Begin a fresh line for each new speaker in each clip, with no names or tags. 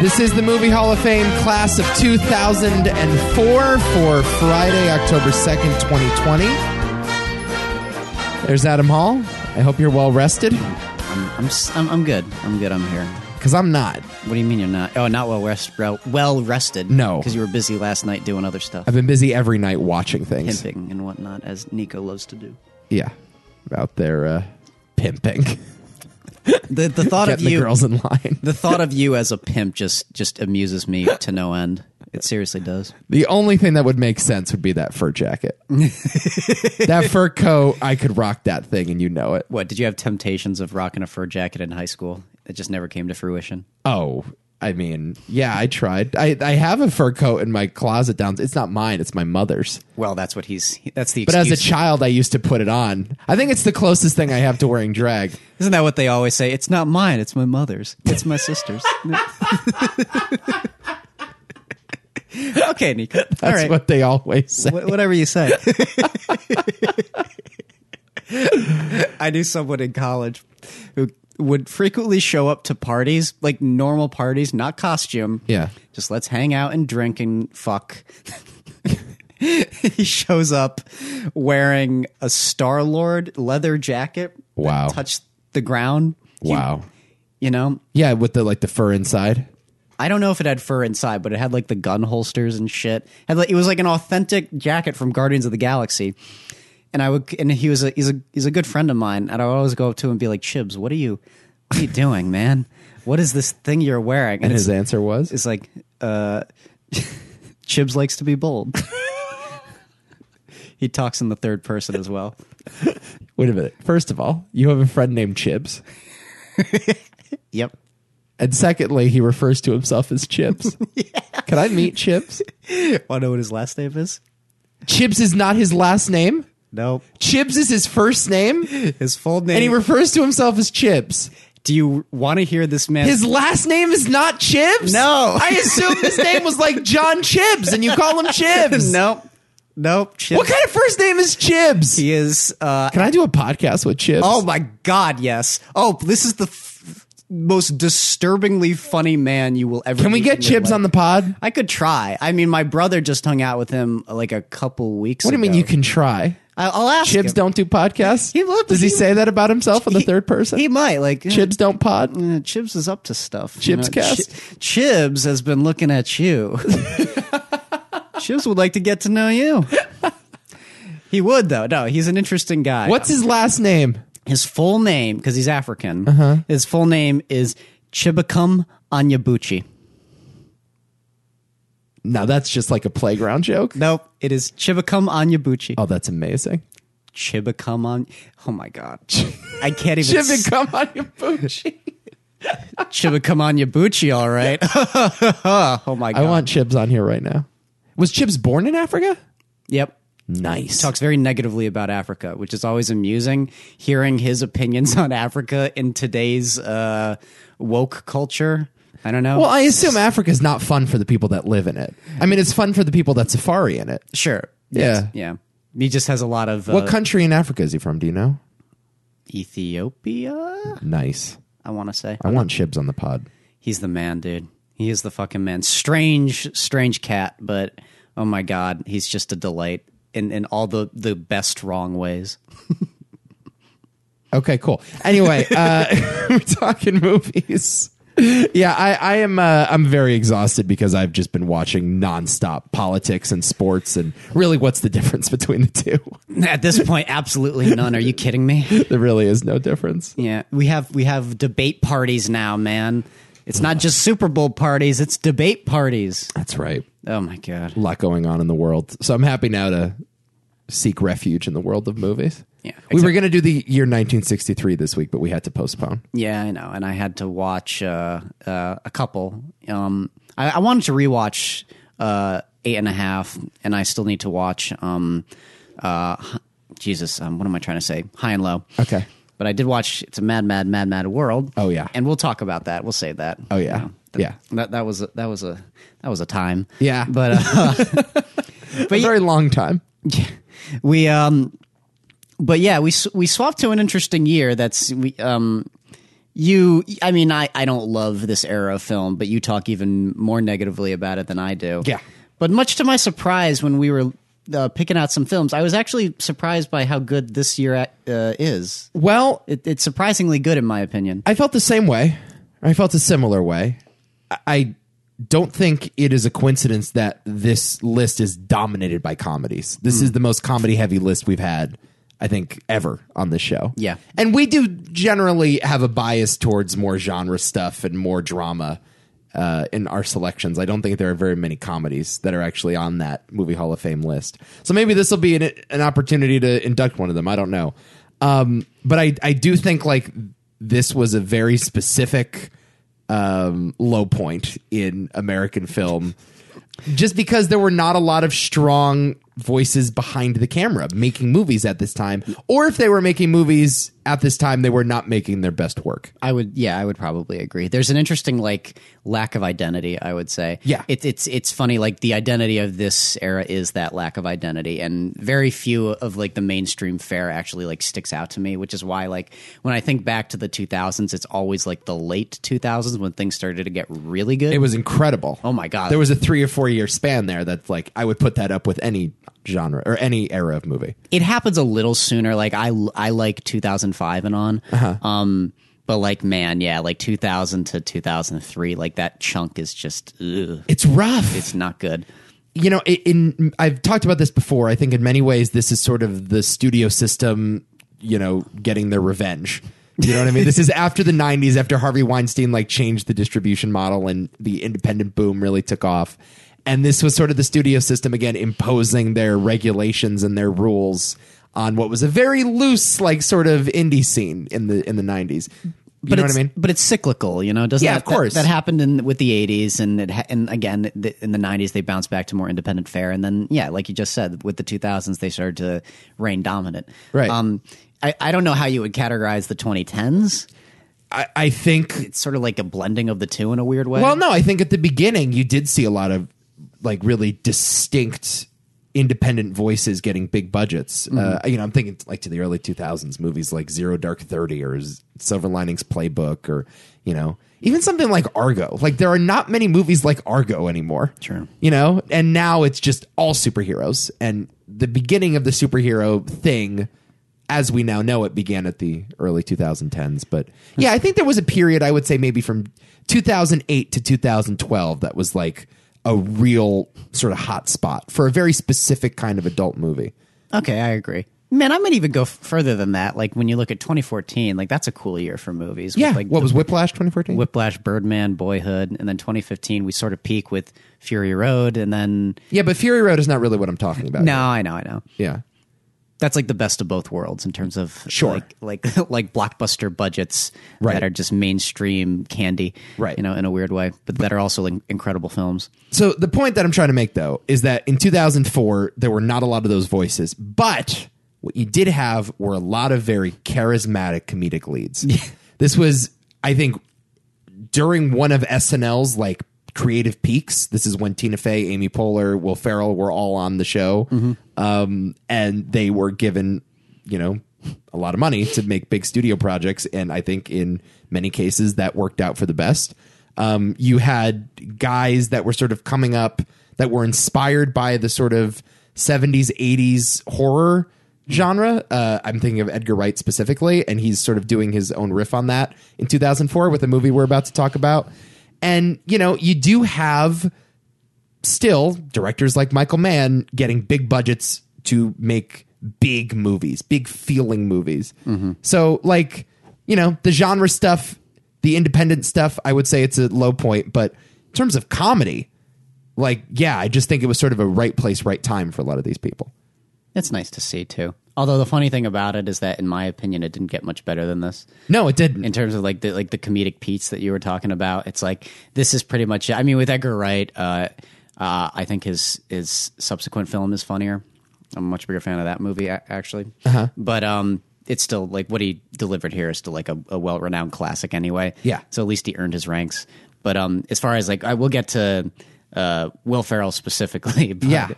This is the Movie Hall of Fame class of 2004 for Friday, October 2nd, 2020. There's Adam Hall. I hope you're well rested,
I'm, I'm, s- I'm, I'm good. I'm good. I'm here.
because I'm not.
What do you mean you're not? Oh, not well rest, rel- well rested.
No.
because you were busy last night doing other stuff,
I've been busy every night watching things.
pimping and whatnot, as Nico loves to do.
Yeah, out there uh, pimping,
The, the thought of
getting the
you,
girls in line.
the thought of you as a pimp, just just amuses me to no end. It seriously does.
The only thing that would make sense would be that fur jacket. that fur coat, I could rock that thing and you know it.
What did you have temptations of rocking a fur jacket in high school? It just never came to fruition.
Oh, I mean, yeah, I tried. I, I have a fur coat in my closet down. It's not mine, it's my mother's.
Well, that's what he's. That's the.
But
excuse.
as a child, I used to put it on. I think it's the closest thing I have to wearing drag.
isn't that what they always say? It's not mine. It's my mother's. It's my sister's. okay, Nico. All
That's
right.
what they always say.
Wh- whatever you say. I knew someone in college who would frequently show up to parties, like normal parties, not costume.
Yeah.
Just let's hang out and drink and fuck. he shows up wearing a Star Lord leather jacket. that
Wow.
Touched the ground. He-
Wow.
you know,
Yeah, with the like the fur inside.
I don't know if it had fur inside, but it had like the gun holsters and shit. Had like, it was like an authentic jacket from Guardians of the Galaxy. And I would, and he was a he's a he's a good friend of mine, and I would always go up to him and be like, "Chibs, what are you, what are you doing, man? What is this thing you're wearing?" And,
And
it's,
his answer was
it's like, uh, "Chibs likes to be bold." he talks in the third person as well.
Wait a minute. First of all, you have a friend named Chibs.
Yep.
And secondly, he refers to himself as Chips. Can I meet Chips?
Want to know what his last name is?
Chips is not his last name.
Nope.
Chibs is his first name, and
His full name.
he refers to himself as Chips.
Do you want to hear this man?
His last name is not Chips?
No.
I assume his name was like John Chips, and you call him Chips.
nope. Nope. Chibs.
What kind of first name is Chips?
He is. Uh,
Can I do a podcast with Chips?
oh my God! Yes. Oh, this is the f- most disturbingly funny man you will ever.
Can we get Chips on the pod?
I could try. I mean, my brother just hung out with him uh, like a couple weeks.
What do you mean you can try?
I- I'll ask.
Chips
him.
don't do podcasts?
He loved-
Does he,
he-
say that about himself in the third person?
He might like. eh,
Chips don't pod?
eh, Chibs is up to stuff.
Chibs cast.
Chi- Chibs has been looking at you. Chibs would like to get to know you. He would though. No, he's an interesting guy.
What's his last name?
His full name, because he's African,
Uh-huh.
his full name is Chibakum Anyabuchi.
No, that's just like a playground joke.
Nope, it is Chibakum Anyabuchi.
Oh, that's amazing.
Chibakum on. Oh my God. I can't even.
Chip and
s-
come on your boochie.
Chibakum Anyabuchi, all right. oh my God.
I want Chips on here right now. Was Chips born in Africa?
yep.
Nice.
Talks very negatively about Africa, which is always amusing hearing his opinions on Africa in today's uh, woke culture. I don't know.
well, I assume Africa's not fun for the people that live in it. I mean, it's fun for the people that safari in it.
sure.
Yeah.
Yeah. He just has a lot of. Uh,
What country in Africa is he from? Do you know?
Ethiopia?
Nice.
I want to say.
I want Chibs on the pod.
He's the man, dude. He is the fucking man. Strange, strange cat, but oh my god, he's just a delight in, in all the, the best wrong ways.
Okay, cool. Anyway, uh, we're talking movies. Yeah, I, I am. Uh, I'm very exhausted because I've just been watching nonstop politics and sports, and really, what's the difference between the two?
At this point, absolutely none. Are you kidding me?
there really is no difference.
Yeah, we have we have debate parties now, man. It's not just Super Bowl parties; it's debate parties.
That's right.
Oh my god.
A lot going on in the world, so I'm happy now to seek refuge in the world of movies.
Yeah,
we were going to do the year 1963 this week, but we had to postpone.
Yeah, I know. And I had to watch uh, uh, a couple. Um, I, I wanted to rewatch uh, Eight and a Half, and I still need to watch. Um, uh, Hi- Jesus, um, what am I trying to say? High and Low.
Okay.
But I did watch It's a Mad, Mad, Mad, Mad World.
Oh, yeah.
And we'll talk about that. We'll save that.
Oh yeah, yeah,
That, that was a, that was a that was a time.
Yeah.
But uh,
a very long time.
we um but yeah, we s- we swapped to an interesting year that's we um you, I mean, I, I don't love this era of film, but you talk even more negatively about it than I do.
Yeah.
But much to my surprise, when we were uh, picking out some films, I was actually surprised by how good this year uh, is.
Well,
It, it's surprisingly good, in my opinion.
I felt the same way. I felt a similar way. I- I don't think it is a coincidence that this list is dominated by comedies. This
Hmm.
is the most comedy heavy list we've had, I think, ever on this show.
Yeah.
And we do generally have a bias towards more genre stuff and more drama uh, in our selections. I don't think there are very many comedies that are actually on that Movie Hall of Fame list. So maybe this will be an, an opportunity to induct one of them. I don't know. Um, but I, I do think like this was a very specific um, low point in American film. Just because there were not a lot of strong voices behind the camera making movies at this time, or if they were making movies at this time, they were not making their best work.
I would, yeah, I would probably agree. There's an interesting like lack of identity. I would say,
Yeah.
it's it's it's funny. Like the identity of this era is that lack of identity, and very few of like the mainstream fare actually like sticks out to me. Which is why, like, when I think back to the 2000s, it's always like the late 2000s when things started to get really good.
It was incredible.
oh my god,
There was a three or four year span there that's like I would put that up with any genre or any era of movie.
it happens a little sooner. Like I, I like 2005 and on.
Uh-huh.
Um, but like, man, yeah, like 2000 to 2003, like that chunk is just, ugh,
It's rough.
it's not good.
you know, i- in I've talked about this before. I think in many ways this is sort of the studio system, you know, getting their revenge. You know what I mean? this is after the '90s, after Harvey Weinstein like changed the distribution model and the independent boom really took off. And this was sort of the studio system again imposing their regulations and their rules on what was a very loose, like, sort of indie scene in the in the '90s. You
but
know
it's,
what I mean?
But it's cyclical, you know. Doesn't
Yeah,
that,
of course.
That, that happened in with the '80s, and it ha- and again the, in the '90s they bounced back to more independent fare, and then yeah, like you just said, with the 2000s they started to reign dominant.
Right.
Um, I, I don't know how you would categorize the 2010s.
I, I think
It's sort of like a blending of the two in a weird way.
Well, no, I think at the beginning you did see a lot of like really distinct independent voices getting big budgets. Uh, you know, I'm thinking like to the early 2000s movies like Zero Dark Thirty or Z- Silver Linings Playbook or you know even something like Argo. Like there are not many movies like Argo anymore.
Sure.
You know, and now it's just all superheroes and the beginning of the superhero thing as we now know it began at the early 2010s but yeah i think there was a period i would say maybe from 2008 to 2012 that was like a real sort of hot spot for a very specific kind of adult movie
Okay, I agree. Man, I might even go f- further than that. Like when you look at 2014, like that's a cool year for movies. with,
yeah
like
what was whiplash 2014
Whiplash, Birdman, Boyhood, and then 2015 we sort of peak with Fury Road, and then
yeah but fury road is not really what i'm talking about
no, I know, I know.
yeah
that's like the best of both worlds in terms of
Sure.
like like, like blockbuster budgets
Right.
that are just mainstream candy,
Right.
You know, in a weird way, but that are also like incredible films.
So the point that I'm trying to make though is that in 2004 there were not a lot of those voices, but what you did have were a lot of very charismatic comedic leads. this was I think during one of SNL's like creative peaks. This is when Tina Fey, Amy Poehler, Will Ferrell were all on the show. Um, and they were given, you know, a lot of money to make big studio projects. And I think in many cases that worked out for the best. Um, you had guys that were sort of coming up that were inspired by the sort of 70s, 80s horror genre. Uh, I'm thinking of Edgar Wright specifically, and he's sort of doing his own riff on that in 2004 with a movie we're about to talk about. And, you know, you do have still directors like Michael Mann getting big budgets to make big movies, big feeling movies. So, like, you know, the genre stuff, the independent stuff, I would say it's a low point. But in terms of comedy, like, yeah, I just think it was sort of a right place, right time for a lot of these people.
It's nice to see too. Although the funny thing about it is that, in my opinion, it didn't get much better than this.
No, it didn't.
in terms of like the like the comedic beats that you were talking about. It's like this is pretty much. I mean, with Edgar Wright, uh, uh, I think his his subsequent film is funnier. I'm a much bigger fan of that movie a- actually, but um, it's still like what he delivered here is still like a, a well renowned classic anyway.
Yeah.
So at least he earned his ranks. But um, as far as like, I will get to uh, Will Ferrell specifically. But,
Yeah.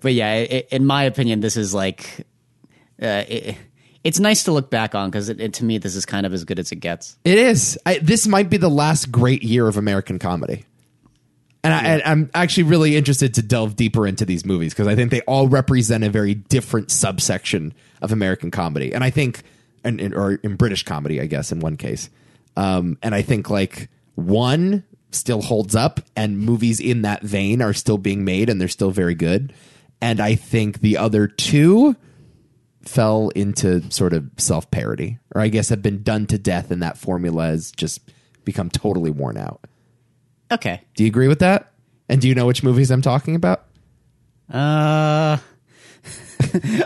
But yeah, i i in my opinion, this is like uh, it, it's nice to look back on because it, it, to me this is kind of as good as it gets.
It is. I, this might be the last great year of American comedy. And I, and I'm actually really interested to delve deeper into these movies because I think they all represent a very different subsection of American comedy. And I think, and, and- or in British comedy, I guess, in one case. Um, and I think like one still holds up and movies in that vein are still being made and they're still very good. And I think the other two fell into sort of self parody, or I guess have been done to death, and that formula has just become totally worn out.
Okay.
Do you agree with that? And do you know which movies I'm talking about?
Uh,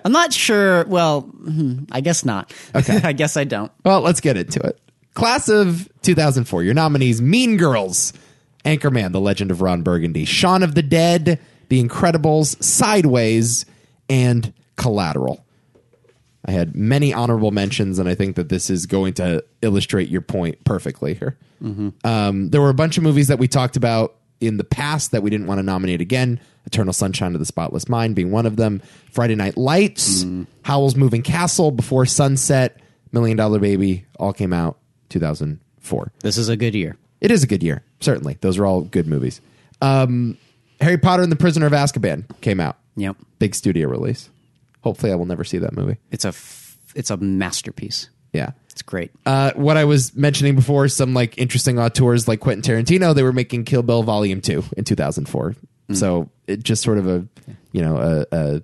I'm not sure. Well, hmm, I guess not. Okay. I guess I don't.
Well, let's get into it. Class of 2004, your nominees Mean Girls, Anchorman, The Legend of Ron Burgundy, Shaun of the Dead, The Incredibles, Sideways, and Collateral. I had many honorable mentions, and I think that this is going to illustrate your point perfectly here. Um, there were a bunch of movies that we talked about in the past that we didn't want to nominate again. Eternal Sunshine of the Spotless Mind being one of them. Friday Night Lights, Howl's Moving Castle, Before Sunset, Million Dollar Baby all came out 2004.
This is a good year.
It is a good year, certainly. Those are all good movies. Um, Harry Potter and the Prisoner of Azkaban came out.
Yep.
Big studio release. Hopefully, I will never see that movie.
It's a f- it's a masterpiece.
Yeah.
It's great.
uh, what I was mentioning before, some like interesting auteurs like Quentin Tarantino, they were making Kill Bill Volume Two in 2004. So it just sort of a, you know, a, a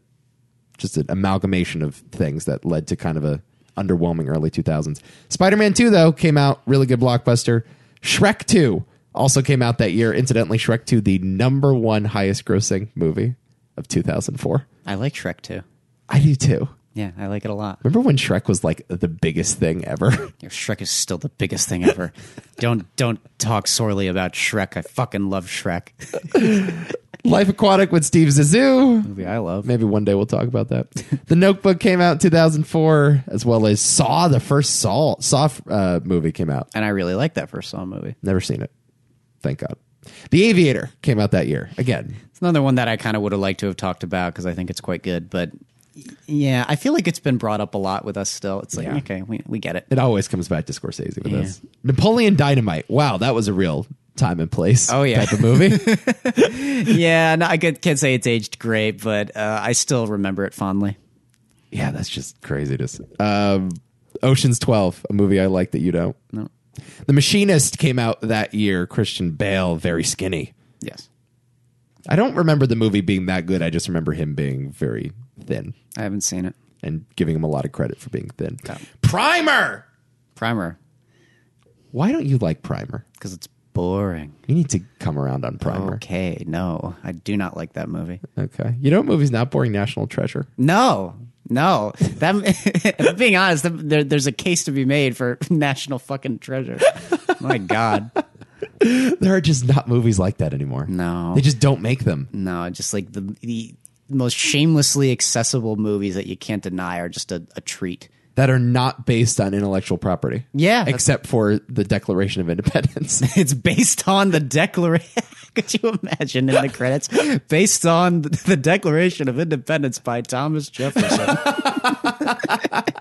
just an amalgamation of things that led to kind of a underwhelming early 2000s. Spider-Man 2 though came out really good blockbuster. Shrek 2 also came out that year. Incidentally, Shrek 2 the number one highest grossing movie of 2004.
I like Shrek too.
I do too.
Yeah, I like it a lot.
Remember when Shrek was like the biggest thing ever?
Yeah, Shrek is still the biggest thing ever. don't don't talk sorely about Shrek. I fucking love Shrek.
Life Aquatic with Steve Zissou.
Movie I love.
Maybe one day we'll talk about that. the Notebook came out in 2004, as well as Saw. The first Saw Saw uh, movie came out.
And I really like that first Saw movie.
Never seen it. Thank God. The Aviator came out that year. Again,
It's another one that I kind of would have liked to have talked about because I think it's quite good. But yeah, I feel like it's been brought up a lot with us still. It's like, okay, we, we get it.
it always comes back to Scorsese with us. Napoleon Dynamite. Wow, that was a real time and place.
Oh, yeah.
type of movie.
yeah, no, I could, can't say it's aged great, but uh, I still remember it fondly.
yeah, that's just crazy. Just um, Ocean's Twelve, a movie I like that you don't. No. The Machinist came out that year. Christian Bale, very skinny.
Yes.
I don't remember the movie being that good. I just remember him being very thin
I haven't seen it.
and giving him a lot of credit for being thin. Primer.
Primer,
Why don't you like Primer?
because it's boring.
You need to come around on Primer.
Okay, no, I do not like that movie.
Okay. You know what movie's not boring? National Treasure.
No, no. That, if I'm being honest, there, there's a case to be made for national fucking treasure. My God.
There are just not movies like that anymore.
No.
They just don't make them.
No, just like the the most shamelessly accessible movies that you can't deny are just a, a treat.
That are not based on intellectual property.
Yeah, that's-
Except for the Declaration of Independence.
It's based on the Declaration. Could you imagine in the credits? Based on the Declaration of Independence by Thomas Jefferson.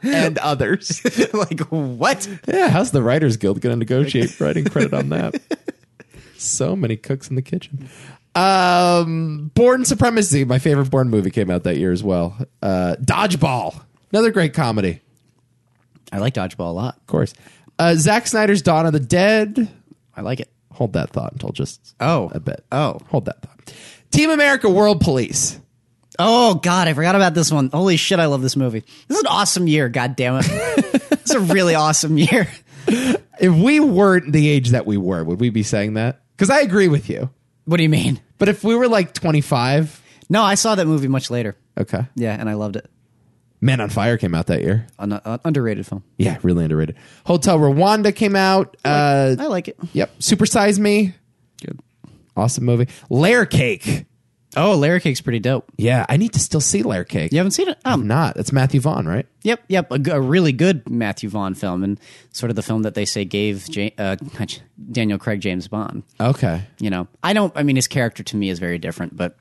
and others.
like what?
Yeah, how's the Writers Guild going to negotiate writing credit on that? so many cooks in the kitchen. Um, Born Supremacy, my favorite Born movie, came out that year as well. Uh, Dodgeball, another great comedy,
I like dodgeball a lot.
of course. Uh, Zack Snyder's Dawn of the Dead.
I like it.
Hold that thought until just
Oh.
a bit.
Oh.
hold that thought. Team America: World Police.
Oh God, I forgot about this one. Holy shit, I love this movie. This is an awesome year. God damn it, it's a really awesome year.
If we weren't the age that we were, would we be saying that? Because I agree with you.
What do you mean?
But if we were like 25,
No, I saw that movie much later.
okay.
Yeah, and I loved it.
Man on Fire came out that year.
An, an underrated film.
Yeah, really underrated. Hotel Rwanda came out. Uh,
I like it.
yep, Super Size Me,
Good.
awesome movie. Layer Cake.
Oh, Layer Cake's pretty dope.
Yeah, I need to still see Layer Cake.
You haven't seen it? Um,
not. It's Matthew Vaughn, right?
yep, yep. A, g- a really good Matthew Vaughn film, and sort of the film that they say gave ja- uh, not J- Daniel Craig James Bond.
Okay.
You know, I don't. I mean, his character to me is very different, but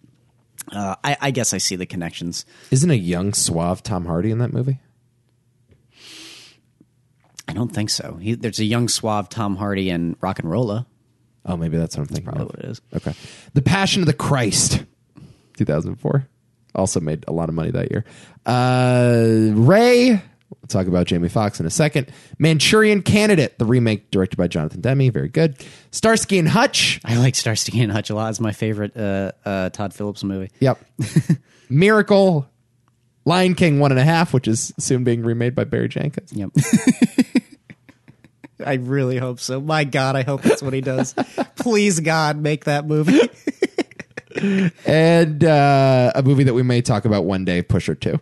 uh, I, I guess I see the connections.
Isn't a young suave Tom Hardy in that movie?
I don't think so. He, there's a young, suave Tom Hardy in Rock and Rolla.
Oh, maybe that's what I'm thinking.
Probably
of.
what it is.
Okay. The Passion of the Christ, 2004. Also made a lot of money that year. Uh, Ray, we'll talk about Jamie Foxx in a second. Manchurian Candidate, the remake directed by Jonathan Demme. Very good. Starsky and Hutch.
I like Starsky and Hutch a lot. It's my favorite uh, uh, Todd Phillips movie.
Yep. Miracle. Lion King one and a half, which is soon being remade by Barry Jenkins.
Yep. I really hope so. My God, I hope that's what he does. Please, God, make that movie.
And uh, a movie that we may talk about one day, Pusher Two.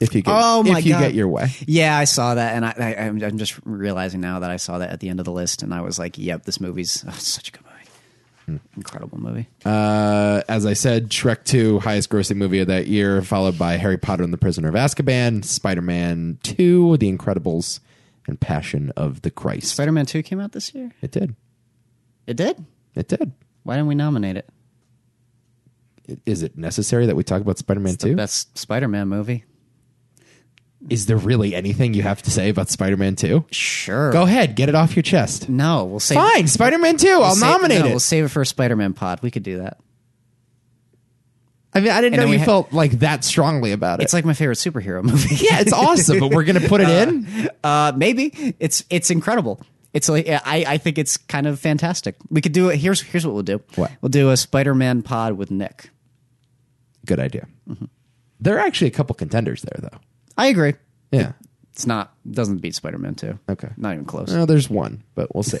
If you get
Oh, my
if you
God.
get your way.
yeah, I saw that, and I, I, I'm, I'm just realizing now that I saw that at the end of the list, and I was like, "Yep, this movie's oh, it's such a good movie,
Hmm.
incredible movie."
Uh, as I said, Shrek 2, highest grossing movie of that year, followed by Harry Potter and the Prisoner of Azkaban, Spider Man 2, The Incredibles, and Passion of the Christ.
Spider-Man Two came out this year.
It did.
It did.
It did.
Why didn't we nominate it?
Is it necessary that we talk about Spider Man
It's the
2?
best Spider-Man movie.
Is there really anything you have to say about Spider Man 2?
Sure.
Go ahead, get it off your chest.
No, we'll save.
Fine, Spider Man 2, I'll
We'll save-
nominate
no, We'll
it.
save it for a Spider-Man pod. We could do that.
I mean, I didn't
And
know
then
you
we ha-
felt like that strongly about it.
It's like my favorite superhero movie.
yeah, it's awesome, but we're going to put it in?
Uh, maybe it's it's incredible. It's like I, I think it's kind of fantastic. We could do it. Here's here's what we'll do.
What?
we'll do a Spider-Man pod with Nick.
Good idea. There are actually a couple contenders there, though.
I agree.
Yeah.
It's not doesn't beat Spider-Man two.
Okay. Uh,
not even close.
No, there's one, but we'll see.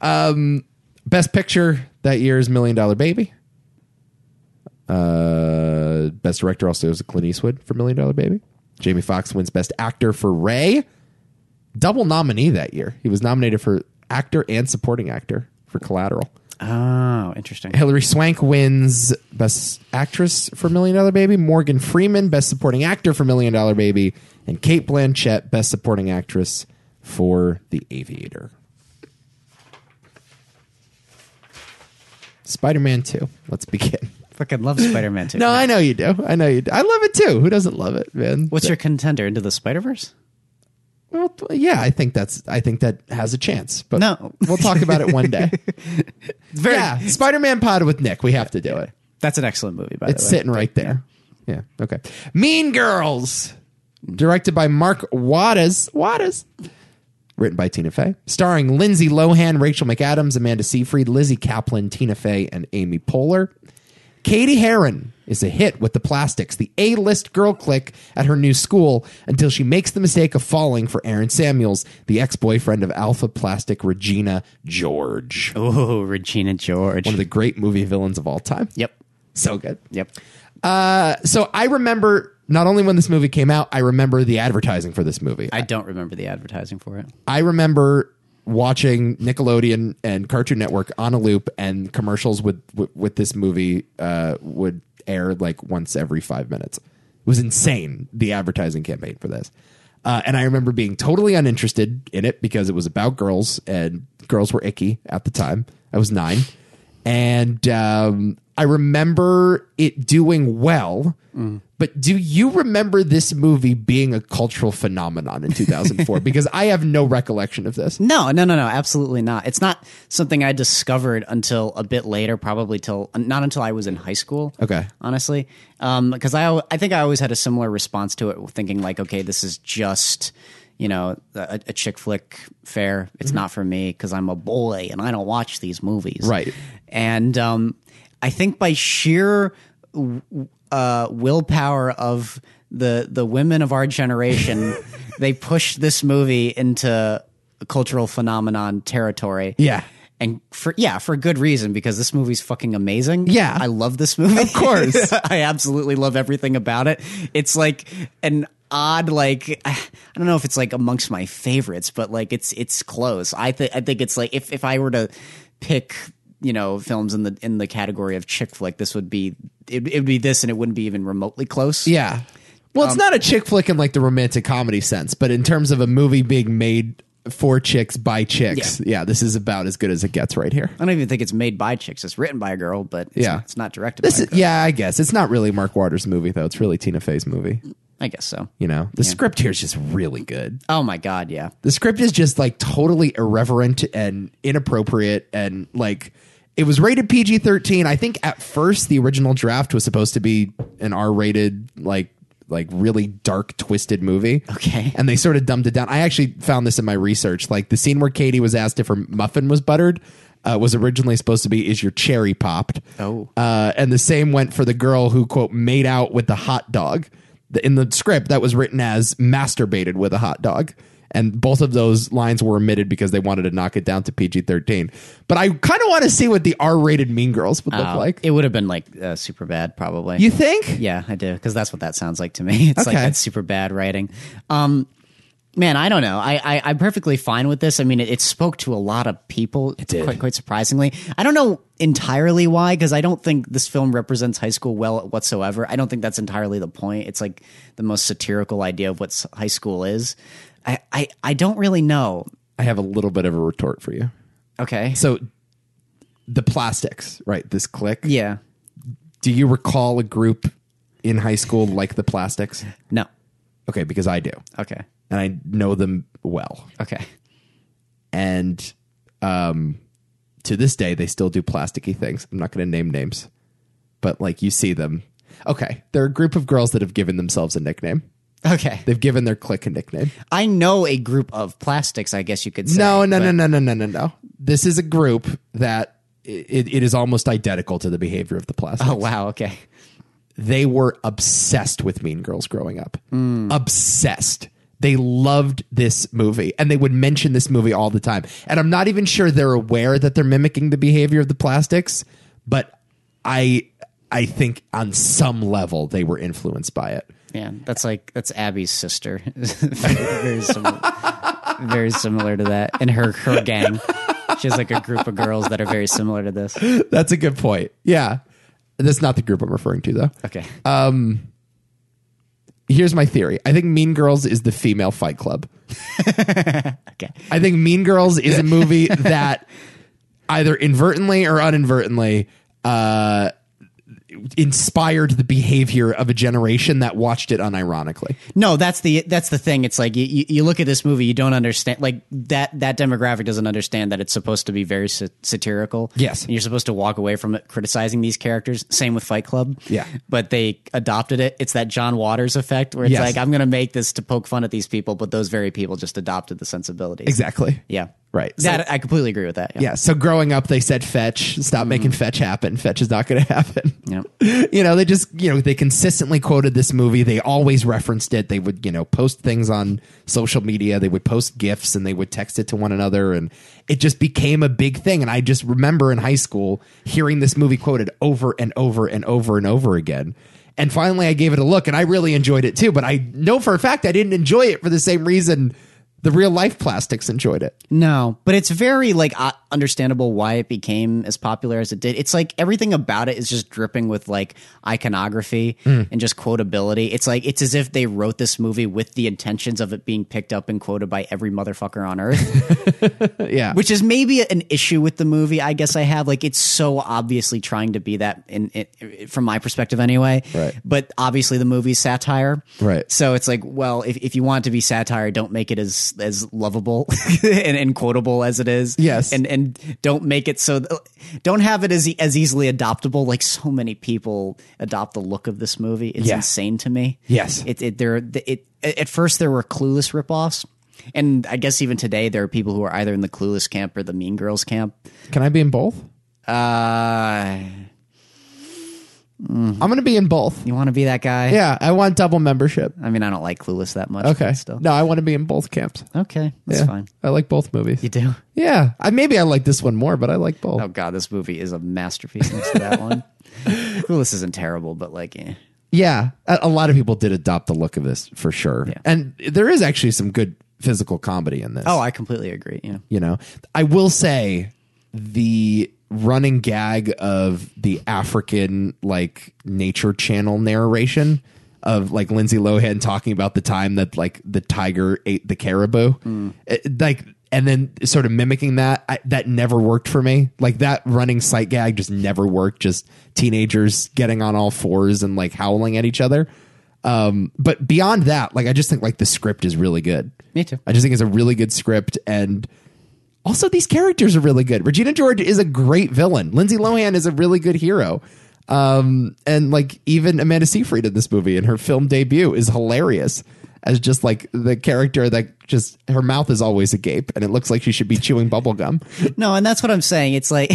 um, best picture that year is Million Dollar Baby. Uh, best director also goes to Clint Eastwood for Million Dollar Baby. Jamie Foxx wins Best Actor for Ray. Double nominee that year. He was nominated for Actor and Supporting Actor for Collateral.
Oh, interesting.
Hilary Swank wins Best Actress for Million Dollar Baby. Morgan Freeman, Best Supporting Actor for Million Dollar Baby. And Kate Blanchett, Best Supporting Actress for The Aviator. Spider Man 2. Let's begin.
Fucking love Spider-Man two.
No, I know you do. I know you do. I love it too. Who doesn't love it, man?
What's your contender into the Spider Verse?
Well, yeah, I think that's. I think that has a chance. But
No.
we'll talk about it one day.
Very,
yeah, Spider Man pod with Nick. We have to do it.
that's an excellent movie. By
It's
the way,
sitting right there. Yeah. Okay. Mean Girls, directed by Mark Waters. Waters. Written by Tina Fey, starring Lindsay Lohan, Rachel McAdams, Amanda Seyfried, Lizzie Kaplan, Tina Fey, and Amy Poehler. Katie Heron is a hit with the plastics, the A list girl clique at her new school, until she makes the mistake of falling for Aaron Samuels, the ex boyfriend of alpha plastic Regina George,
oh Regina George.
one of the great movie villains of all time.
yep,
So good.
yep.
Uh, so I remember not only when this movie came out, I remember the advertising for this movie. I,
I don't remember the advertising for it.
remember watching Nickelodeon and Cartoon Network on a loop, and commercials with with, with this movie uh, would air like once every five minutes. It was insane the advertising campaign for this. Uh, and I remember being totally uninterested in it because it was about girls, and girls were icky at the time. I was nine, and um, I remember it doing well. But do you remember this movie being a cultural phenomenon in 2004? because I have no recollection of this.
No, no, no, no, absolutely not. It's not something I discovered until a bit later, probably till not until I was in high school.
Okay.
honestly, because I al- I think I always had a similar response to it, thinking like, okay, this is just you know a, a chick flick fair. It's not for me because I'm a boy and I don't watch these movies,
Right.
And um, I think by sheer w- uh, willpower of the the women of our generation, they pushed this movie into cultural phenomenon territory.
Yeah.
And for yeah, for good reason because this movie's fucking amazing.
Yeah.
I love this movie. Of
course.
I absolutely love everything about it. It's like an odd like I don't know if it's like amongst my favorites, but like it's it's close. I think I think it's like if if I were to pick you know films in the in the category of chick flick, this would be it, it would be this, and it wouldn't be even remotely close.
Yeah. Um, Well, it's not a chick flick in like the romantic comedy sense, but in terms of a movie being made for chicks by chicks, yeah, this is about as good as it gets right here.
I don't even think it's made by chicks. It's written by a girl, but it's,
Yeah.
it's not directed.
This
by a
is, yeah, I guess it's not really Mark Waters' movie though. It's really Tina Fey's movie.
I guess so.
You know, the script here is just really good.
Oh my god, yeah.
The script is just like totally irreverent and inappropriate and like it was rated PG 13. I think at first the original draft was supposed to be an R rated, like, like really dark, twisted movie.
Okay.
And they sort of dumbed it down. I actually found this in my research. Like the scene where Katie was asked if her muffin was buttered uh, was originally supposed to be, is your cherry popped?
Oh.
Uh, and the same went for the girl who, quote, made out with the hot dog. The- In the script, that was written as masturbated with a hot dog. And both of those lines were omitted because they wanted to knock it down to PG 13. But I kind of want to see what the R rated Mean Girls would look
Uh,
like.
it would have been like uh, super bad, probably.
you think?
Yeah, I do because that's what that sounds like to me. It's like
Okay.
that's super bad writing. Um, man, I don't know. I, I I'm perfectly fine with this. I mean, it, it spoke to a lot of people. It
did.
quite, quite surprisingly. I don't know entirely why because I don't think this film represents high school well whatsoever. I don't think that's entirely the point. It's like the most satirical idea of what s- high school is. I I, I don't really know.
I have a little bit of a retort for you.
Okay.
So the plastics, right? This click.
Yeah.
Do you recall a group in high school like the plastics?
No.
Okay, because I do.
Okay.
And I know them well.
Okay.
and um, to this day they still do plasticky things. I'm not going to name names, but like you see them. Okay, they're a group of girls that have given themselves a nickname.
Okay.
They've given their clique a nickname.
I know a group of plastics. I guess you could say.
No, no,
but-
no, no, no, no, no, no. This is a group that it, it is almost identical to the behavior of the plastics.
Oh wow. Okay.
they were obsessed with Mean Girls growing up. Obsessed. They loved this movie and they would mention this movie all the time. And I'm not even sure they're aware that they're mimicking the behavior of the plastics, but I I think on some level they were influenced by it.
Yeah, that's like that's Abby's sister. very, similar, very similar to that, and her her gang. She has like a group of girls that are very similar to this.
That's a good point. Yeah. That's not the group I'm referring to though.
Okay,
Here's my theory. I think Mean Girls is the female fight club.
okay,
I think Mean Girls is a movie that either inadvertently or uninadvertently uh, inspired the behavior of a generation that watched it unironically.
no, that's the that's the thing. It's like you, you, you look at this movie, you don't understand like that that demographic doesn't understand that it's supposed to be very sa- satirical.
Yes.
and you're supposed to walk away from it criticizing these characters. Same with Fight Club.
Yeah.
but they adopted it. It's that John Waters effect where it's
Yes.
like I'm going to make this to poke fun at these people, but those very people just adopted the sensibilities.
Exactly.
Yeah.
Right. So-
That I completely agree with that. Yeah.
yeah. So growing up, they said fetch. Stop making fetch happen. Fetch is not going to happen.
Mm-hmm. Yep.
You know, they just, you know, they consistently quoted this movie. They always referenced it. They would, you know, post things on social media. They would post GIFs and they would text it to one another. And it just became a big thing. And I just remember in high school hearing this movie quoted over and over and over and over again. And finally, I gave it a look and I really enjoyed it too. But I know for a fact I didn't enjoy it for the same reason the real life plastics enjoyed it.
No, but it's very like uh, understandable why it became as popular as it did. It's like everything about it is just dripping with like iconography and just quotability. It's like it's as if they wrote this movie with the intentions of it being picked up and quoted by every motherfucker on earth,
Yeah.
which is maybe an issue with the movie. I guess I have like it's so obviously trying to be that in, in from my perspective anyway.
Right.
But obviously the movie's satire.
Right.
So it's like, well, if, if you want it to be satire, don't make it as as lovable and, and quotable as it is.
Yes.
and and don't make it so. Don't have it as e- as easily adoptable. Like so many people adopt the look of this movie. It's
Yeah.
insane to me.
Yes.
it it there it at first there were clueless ripoffs. And I guess even today there are people who are either in the clueless camp or the mean girls camp.
Can I be in both?
Uh,
I'm going to be in both.
you want to be that guy?
Yeah. I want double membership.
I mean, I don't like clueless that much.
Okay.
but Still.
No, I want to be in both camps.
Okay. That's
Yeah.
fine.
I like both movies.
You do.
Yeah. I maybe I like this one more, but I like both.
Oh god, this movie is a masterpiece next to that one. Well, this isn't terrible, but like, eh.
Yeah. A, a lot of people did adopt the look of this for sure. And there is actually some good physical comedy in this.
oh, I completely agree. Yeah,
You know, I will say the running gag of the African like nature channel narration of like Lindsay Lohan talking about the time that like the tiger ate the caribou, It- like, and then sort of mimicking that I, that never worked for me. Like that running sight gag just never worked. Just teenagers getting on all fours and like howling at each other. Um, but beyond that, like I just think like the script is really good.
Me too.
I just think it's a really good script and also these characters are really good. Regina George is a great villain. Lindsay Lohan is a really good hero. Um, and like even Amanda Seyfried in this movie in her film debut is hilarious as just like the character that just her mouth is always agape and it looks like she should be chewing bubblegum.
No, and that's what I'm saying. It's like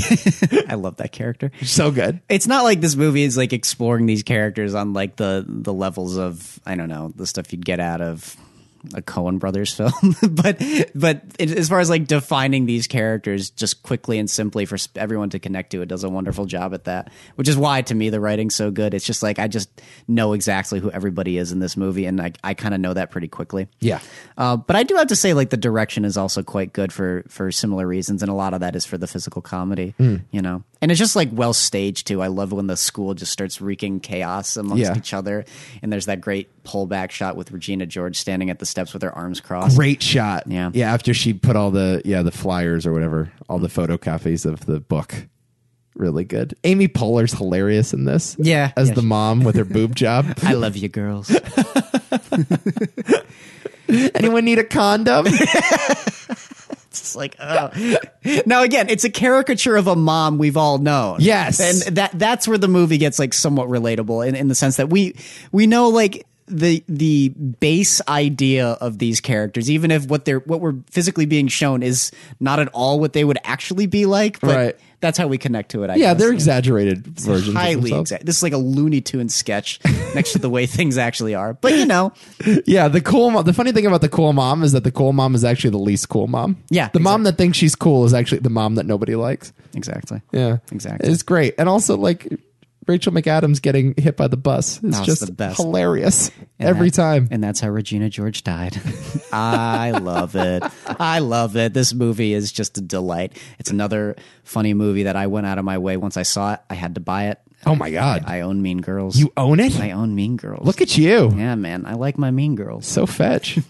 I love that character.
So good.
It's not like this movie is like exploring these characters on like the the levels of I don't know the stuff you'd get out of a Cohen Brothers film, but but it, as far as like defining these characters just quickly and simply for s- everyone to connect to, it does a wonderful job at that. Which is why to me the writing's so good. It's just like I just know exactly who everybody is in this movie, and I I kind of know that pretty quickly.
Yeah.
Uh, but I do have to say, like the direction is also quite good for for similar reasons, and a lot of that is for the physical comedy, you know. And it's just like well staged too. I love when the school just starts wreaking chaos amongst
Yeah.
each other, and there's that great pullback shot with Regina George standing at the steps with her arms crossed.
Great shot.
Yeah.
Yeah. After she put all the, yeah, the flyers or whatever, all the photocopies of the book. Really good. Amy Poehler's hilarious in this.
Yeah.
As
Yeah,
the
she-
mom with her boob job.
I love you, girls.
Anyone need a condom?
It's like, oh. now again, it's a caricature of a mom we've all known.
Yes.
and that that's where the movie gets like somewhat relatable in, in the sense that we we know like the the base idea of these characters, even if what they're what we're physically being shown is not at all what they would actually be like. But
Right.
that's how we connect to it. I
yeah,
guess.
they're exaggerated versions. of
highly
themselves.
exact. This is like a Looney Tunes sketch next to the way things actually are. But you know,
Yeah, the cool. Mom, the funny thing about the cool mom is that the cool mom is actually the least cool mom.
Yeah,
the mom that thinks she's cool is actually the mom that nobody likes.
exactly.
Yeah,
Exactly.
It's great, and also like Rachel McAdams getting hit by the bus is
it's
just
the best.
hilarious
And
every
that-
time.
And that's how Regina George died. I love it. I love it. This movie is just a delight. It's another funny movie that I went out of my way. Once I saw it, I had to buy it.
Oh my god,
I own Mean Girls.
you own it!
I own Mean Girls.
Look at you,
yeah, man. I like my Mean Girls.
so fetch.
And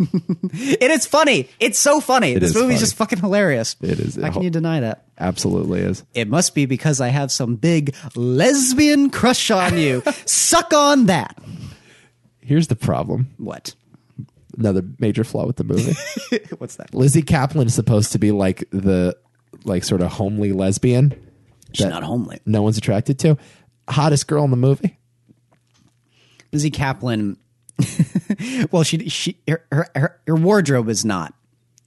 it's funny. It's so funny. this
is
movie's
funny.
just fucking hilarious.
It is.
How can you deny that?
Absolutely is.
It must be because I have some big lesbian crush on you. Suck on that.
Here's the problem.
What?
Another major flaw with the movie.
What's that?
Lizzie Kaplan's supposed to be like the like sort of homely lesbian.
She's
that-
not homely.
no one's attracted to. Hottest girl in the movie.
Lizzie Kaplan. well, she she her her, her, her wardrobe is not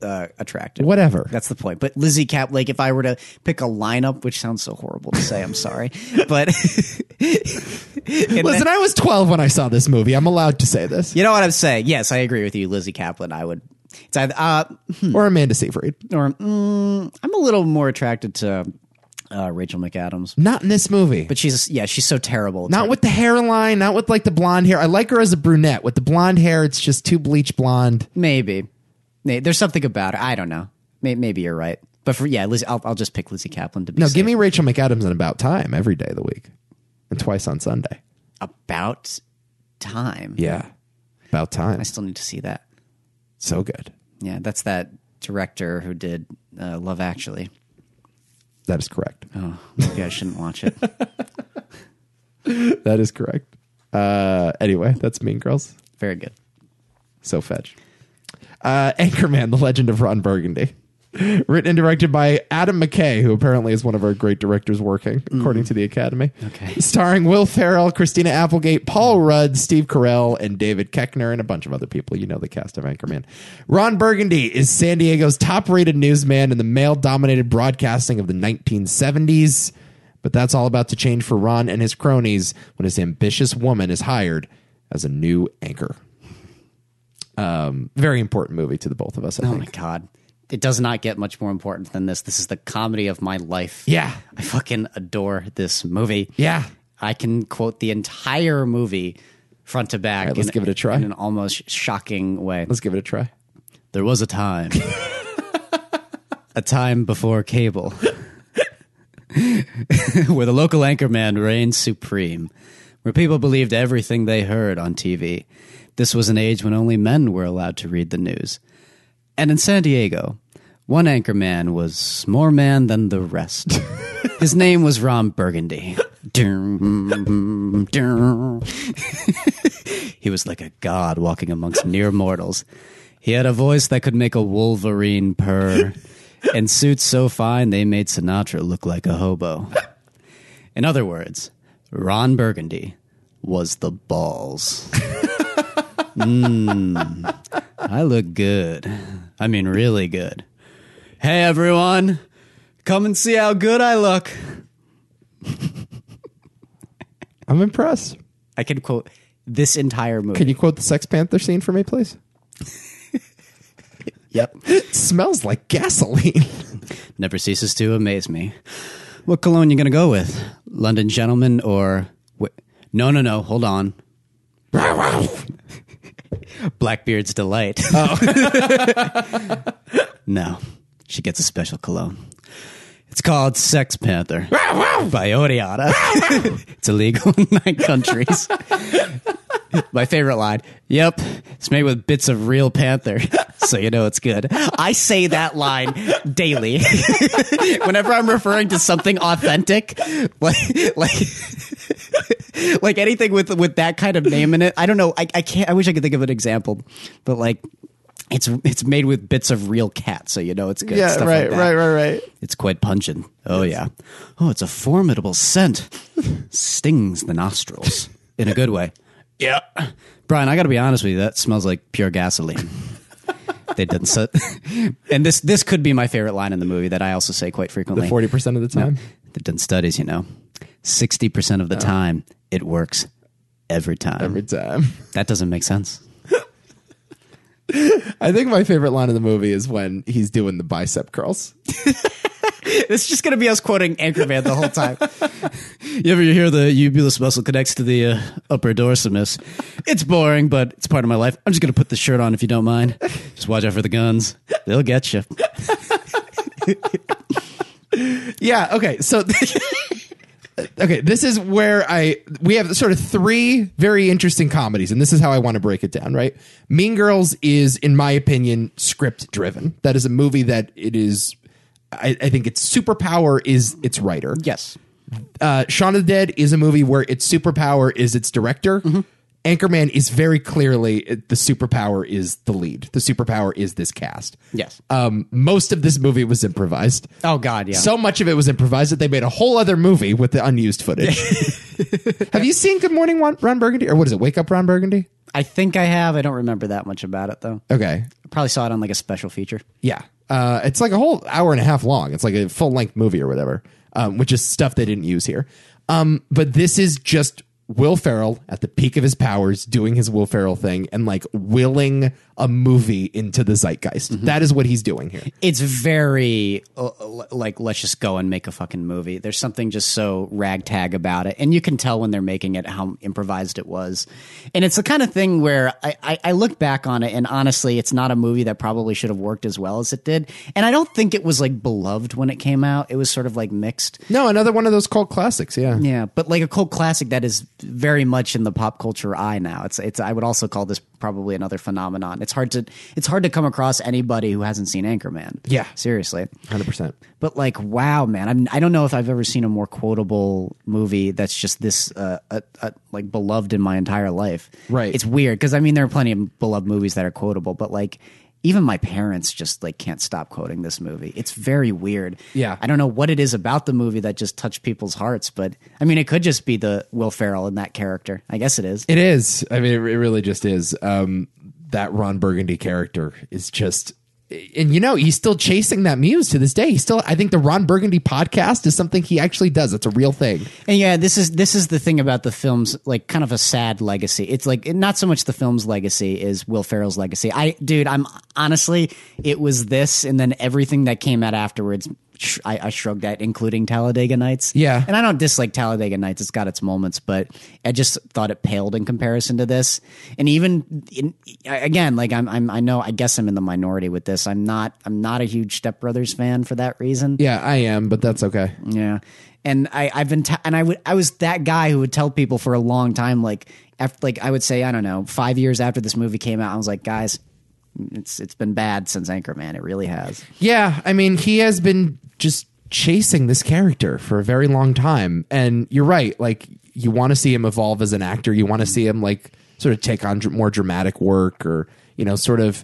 uh, attractive.
Whatever.
That's the point. But Lizzie Cap, like if I were to pick a lineup, which sounds so horrible to say, I'm sorry, but And
Listen, I was 12 when I saw this movie. I'm allowed to say this.
you know what I'm saying. Yes, I agree with you, Lizzie Kaplan. I would. It's either uh,
Or Amanda Seyfried.
or mm, I'm a little more attracted to uh, Rachel McAdams,
Not in this movie.
but she's yeah, she's so terrible.
not with the hairline, not with like the blonde hair. I like her as a brunette. With the blonde hair, it's just too bleach blonde.
Maybe. May- There's something about it. I don't know. May- Maybe you're right. But for yeah, Liz, I'll, I'll just pick Lizzie Kaplan to be
No,
safe.
give me Rachel McAdams in about time every day of the week and twice on Sunday.
about time.
Yeah. About time.
I still need to see that.
So good.
Yeah, that's that director who did uh, Love Actually.
That is correct.
Oh, maybe I shouldn't watch it.
That is correct. Uh, anyway, that's Mean Girls.
Very good.
So fetch. Uh, Anchorman, The Legend of Ron Burgundy. Written and directed by Adam McKay, who apparently is one of our great directors working, according to the Academy.
Okay.
Starring Will Ferrell, Christina Applegate, Paul Rudd, Steve Carell, and David Keckner, and a bunch of other people. You know the cast of Anchorman. Ron Burgundy is San Diego's top rated newsman in the male dominated broadcasting of the 1970s. But that's all about to change for Ron and his cronies when his ambitious woman is hired as a new anchor very important movie to the both of us. I
Oh
think.
my god, it does not get much more important than this. This is the comedy of my life.
Yeah.
I fucking adore this movie.
Yeah.
I can quote the entire movie front to back.
right, let's
in-
give it a try.
in an almost shocking way.
Let's give it a try.
There was a time. a time before cable. where the local anchorman reigned supreme. Where people believed everything they heard on TV. This was an age when only men were allowed to read the news. And in San Diego, one anchorman was more man than the rest. His name was Ron Burgundy. Dun, dun. he was like a god walking amongst mere mortals. He had a voice that could make a wolverine purr, and suits so fine they made Sinatra look like a hobo. In other words, Ron Burgundy was the balls. Mm, I look good. I mean, really good. Hey, everyone, come and see how good I look.
I'm impressed.
I can quote this entire movie.
Can you quote the Sex Panther scene for me, please?
yep.
It smells like gasoline.
Never ceases to amaze me. What cologne you gonna go with? London Gentleman or wait, no, no, no. Hold on. Blackbeard's delight. Oh. no, she gets a special cologne. It's called Sex Panther by Odeata. it's illegal in nine countries. My favorite line. Yep, it's made with bits of real panther, so you know it's good. I say that line daily whenever I'm referring to something authentic, like like like anything with with that kind of name in it. I don't know. I, I can't. I wish I could think of an example, but like it's it's made with bits of real cat, so you know it's good. stuff like that.
right, right.
It's quite pungent. Oh yeah. Oh, it's a formidable scent. Stings the nostrils in a good way. Yeah. Brian, I got to be honest with you. That smells like pure gasoline. they didn't set. and this this could be my favorite line in the movie that I also say quite frequently.
Forty percent of the time.
They've done studies, you know. Sixty percent of the time, it works Oh. every time.
Every time.
that doesn't make sense.
I think my favorite line of the movie is when he's doing the bicep curls.
It's just gonna be us quoting Anchorman the whole time. you ever hear the ubulus muscle connects to the uh, upper dorsimus? It's boring, but it's part of my life. I'm just gonna put the shirt on if you don't mind. Just watch out for the guns; they'll get you.
Yeah. Okay. So. Okay, this is where I we have sort of three very interesting comedies, and this is how I want to break it down. Right, Mean Girls is, in my opinion, script driven. That is a movie that it is. I, I think its superpower is its writer.
Yes,
uh, Shaun of the Dead is a movie where its superpower is its director.
Mm-hmm.
Anchorman is very clearly uh, the superpower is the lead. The superpower is this cast.
Yes.
Um, most of this movie was improvised.
Oh, God, yeah.
So much of it was improvised that they made a whole other movie with the unused footage. Have you seen Good Morning Ron Ron Burgundy or what is it? Wake Up Ron Burgundy.
I think I have. I don't remember that much about it though.
Okay.
I probably saw it on like a special feature.
Yeah. Uh, it's like a whole hour and a half long. It's like a full length movie or whatever, um, which is stuff they didn't use here. Um, but this is just Will Ferrell at the peak of his powers doing his Will Ferrell thing and like willing a movie into the zeitgeist. That is what he's doing here.
It's very uh, l- like let's just go and make a fucking movie. There's something just so ragtag about it, and you can tell when they're making it how improvised it was. And it's the kind of thing where I, I, I look back on it, and honestly, it's not a movie that probably should have worked as well as it did. And I don't think it was like beloved when it came out. It was sort of like mixed.
No, another one of those cult classics. Yeah.
Yeah, but like a cult classic that is very much in the pop culture eye now. It's it's I would also call this probably another phenomenon. It's hard to it's hard to come across anybody who hasn't seen Anchorman.
Yeah.
seriously.
100%.
But like, wow, man, I'm, I don't know if I've ever seen a more quotable movie that's just this uh, uh, uh, like beloved in my entire life.
Right.
It's weird because I mean there are plenty of beloved movies that are quotable, but like. Even my parents just like can't stop quoting this movie. It's very weird.
Yeah.
I don't know what it is about the movie that just touched people's hearts, but I mean, it could just be the Will Ferrell in that character. I guess it is.
It is. I mean, it it really just is. Um, that Ron Burgundy character is just, and you know, he's still chasing that muse to this day. He's still, I think the Ron Burgundy podcast is something he actually does. It's a real thing.
And yeah, this is this is the thing about the film's like kind of a sad legacy. It's like not so much the film's legacy is Will Ferrell's legacy. I dude, I'm honestly, it was this and then everything that came out afterwards. sh- I, I shrugged at, including Talladega Nights.
Yeah.
and I don't dislike Talladega Nights. It's got its moments, but I just thought it paled in comparison to this. And even in, again, like I'm, I'm, I know, I guess I'm in the minority with this. I'm not, I'm not a huge Step Brothers fan for that reason.
Yeah, I am, but that's okay.
Yeah, and I I've been t- and I would I was that guy who would tell people for a long time like after like I would say I don't know five years after this movie came out I was like guys it's it's been bad since Anchorman it really has
Yeah, I mean, he has been just chasing this character for a very long time. And you're right. Like, you want to see him evolve as an actor. You want to see him, like, sort of take on dr- more dramatic work or, you know, sort of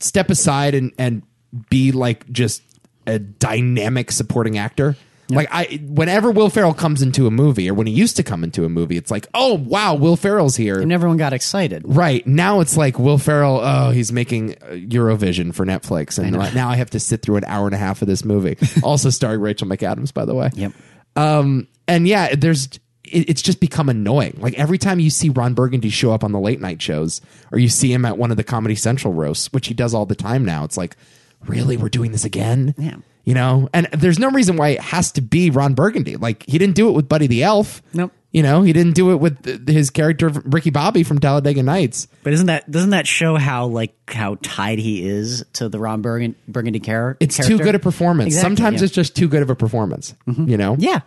step aside and, and be like just a dynamic supporting actor. Like I, whenever Will Ferrell comes into a movie, or when he used to come into a movie, it's like, oh wow, Will Ferrell's here.
and everyone got excited.
Right now, it's like Will Ferrell. Oh, he's making uh, Eurovision for Netflix, and like, now I have to sit through an hour and a half of this movie. also starring Rachel McAdams, by the way.
Yep.
Um, and yeah, there's it, it's just become annoying. Like every time you see Ron Burgundy show up on the late night shows, or you see him at one of the Comedy Central roasts, which he does all the time now. It's like, really, we're doing this again?
Yeah.
You know, and there's no reason why it has to be Ron Burgundy. Like he didn't do it with Buddy the Elf.
Nope.
You know, he didn't do it with th- his character of Ricky Bobby from Talladega Nights.
But isn't that doesn't that show how like how tied he is to the Ron Burgundy, Burgundy character?
It's too good a performance.
Exactly,
Sometimes
yeah. Mm-hmm.
it's just too good of a performance. You know?
Yeah.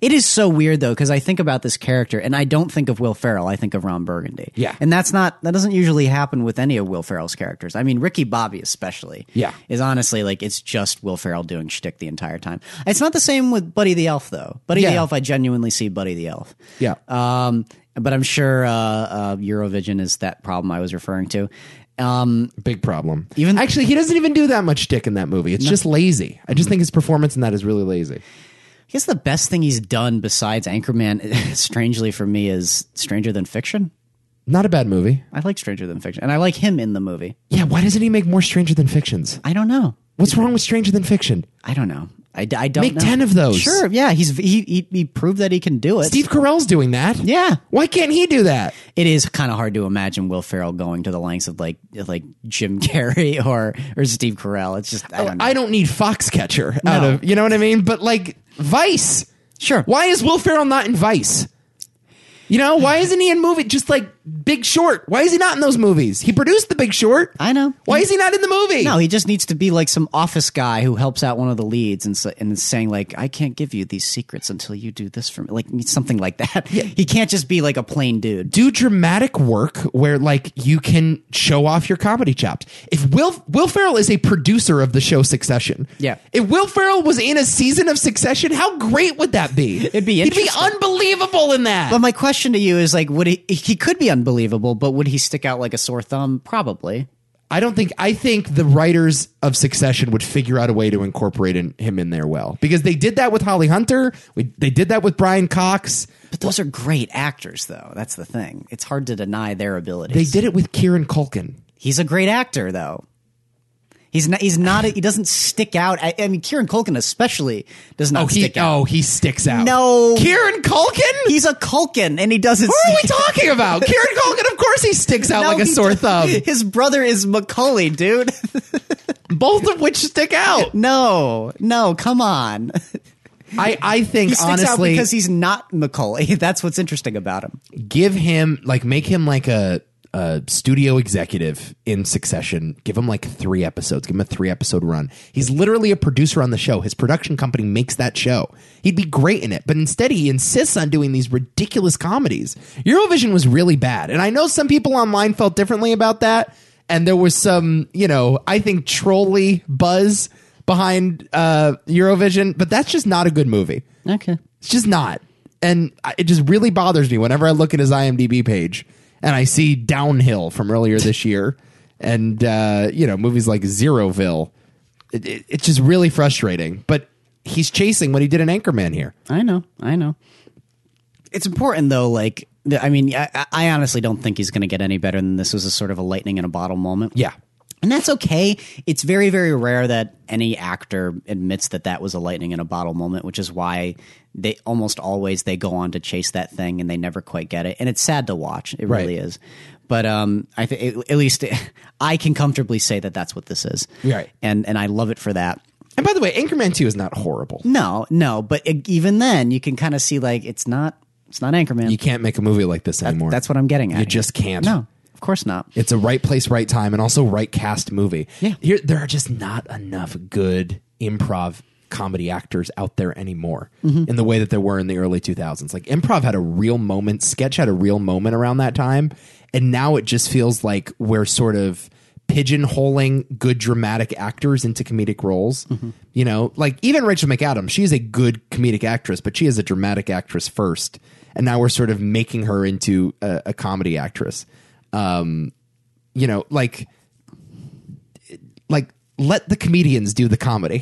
It is so weird though because I think about this character and I don't think of Will Ferrell. I think of Ron Burgundy.
Yeah.
and that's not that doesn't usually happen with any of Will Ferrell's characters. I mean, Ricky Bobby especially.
Yeah.
is honestly like it's just Will Ferrell doing shtick the entire time. It's not the same with Buddy the Elf though. Buddy the
Yeah.
Elf, I genuinely see Buddy the Elf.
Yeah.
Um, but I'm sure uh, uh, Eurovision is that problem I was referring to. Um,
Big problem.
Even-
Even actually, he doesn't even do that much dick in that movie. It's just lazy. I just think his performance in that is really lazy.
I guess the best thing he's done besides Anchorman, strangely for me, is Stranger Than Fiction.
Not a bad movie.
I like Stranger Than Fiction, and I like him in the movie.
Yeah, why doesn't he make more Stranger Than Fictions?
I don't know.
What's wrong with Stranger Than Fiction?
I don't know. I, d- I don't
Make
know.
10 of those.
Sure. Yeah. He's he, he he proved that he can do it.
Steve Carell's doing that.
Yeah.
Why can't he do that?
It is kind of hard to imagine Will Ferrell going to the lengths of like like Jim Carrey or or Steve Carell. It's just I don't know.
Oh, I don't need Foxcatcher out
No.
of, you know what I mean? But like Vice.
sure.
Why is Will Ferrell not in Vice? You know, why isn't he in movie just like Big Short? Why is he not in those movies? He produced The Big Short.
I know.
Why is he not in the movie?
No, he just needs to be like some office guy who helps out one of the leads and, so, and is saying like, "I can't give you these secrets until you do this for me," like something like that. He can't just be like a plain dude.
do dramatic work where like you can show off your comedy chops. If Will Will Ferrell is a producer of the show Succession,
Yeah.
If Will Ferrell was in a season of Succession, how great would that be?
It'd be
he'd be
interesting.
unbelievable in that.
But my question to you is like, would he? He could be unbelievable, but would he stick out like a sore thumb? Probably.
I don't think I think the writers of Succession would figure out a way to incorporate in, him in there well because they did that with Holly Hunter. We, they did that with Brian Cox.
But those are great actors, though. That's the thing. It's hard to deny their abilities.
They did it with Kieran Culkin.
He's a great actor, though. He's not. He's not. A, he doesn't stick out. I, I mean, Kieran Culkin especially does not
Oh, he
stick out.
oh he sticks out.
No.
Kieran Culkin.
He's a Culkin, and he doesn't.
What are we
stick-
talking about? Kieran Culkin, of course, he sticks out
No,
like a
he
sore
does-
thumb.
His brother is Macaulay, dude.
Both of which stick out.
No, no, come on.
I, I think
He sticks out
honestly,
because he's not Macaulay. That's what's interesting about him.
give him like make him like a, a studio executive in Succession. Give him like three episodes. Give him a three episode run. He's literally a producer on the show. His production company makes that show. He'd be great in it, but instead he insists on doing these ridiculous comedies. Eurovision was really bad, and I know some people online felt differently about that. And there was some, you know, I think trolly buzz behind uh, Eurovision, but that's just not a good movie.
Okay.
It's just not. And I- it just really bothers me whenever I look at his IMDb page and I see Downhill from earlier this year and, uh, you know, movies like Zeroville. It, it, it's just really frustrating. But he's chasing what he did in Anchorman here.
I know. I know. It's important though. Like, th- I mean, I, I honestly don't think he's going to get any better than this. Was a sort of a lightning in a bottle moment.
Yeah.
And that's okay. It's very, very rare that any actor admits that that was a lightning in a bottle moment, which is why they almost always they go on to chase that thing and they never quite get it. And it's sad to watch. It really
Right.
is. But um, I think at least I can comfortably say that that's what this is.
Right.
And and I love it for that.
And by the way, Anchorman 2 is not horrible.
No, no. But e- even then, you can kind of see like it's not it's not Anchorman.
You can't make a movie like this anymore.
that's what I'm getting at.
You just can't.
No, of course not.
It's a right place, right time, and also right cast movie.
Yeah.
Here, there are just not enough good improv comedy actors out there anymore in the way that there were in the early 2000s. Like, improv had a real moment, sketch had a real moment around that time. And now it just feels like we're sort of pigeonholing good dramatic actors into comedic roles. You know, like even Rachel McAdams, she is a good comedic actress, but she is a dramatic actress first, and now we're sort of making her into a, a comedy actress. Um, you know, like like let the comedians do the comedy.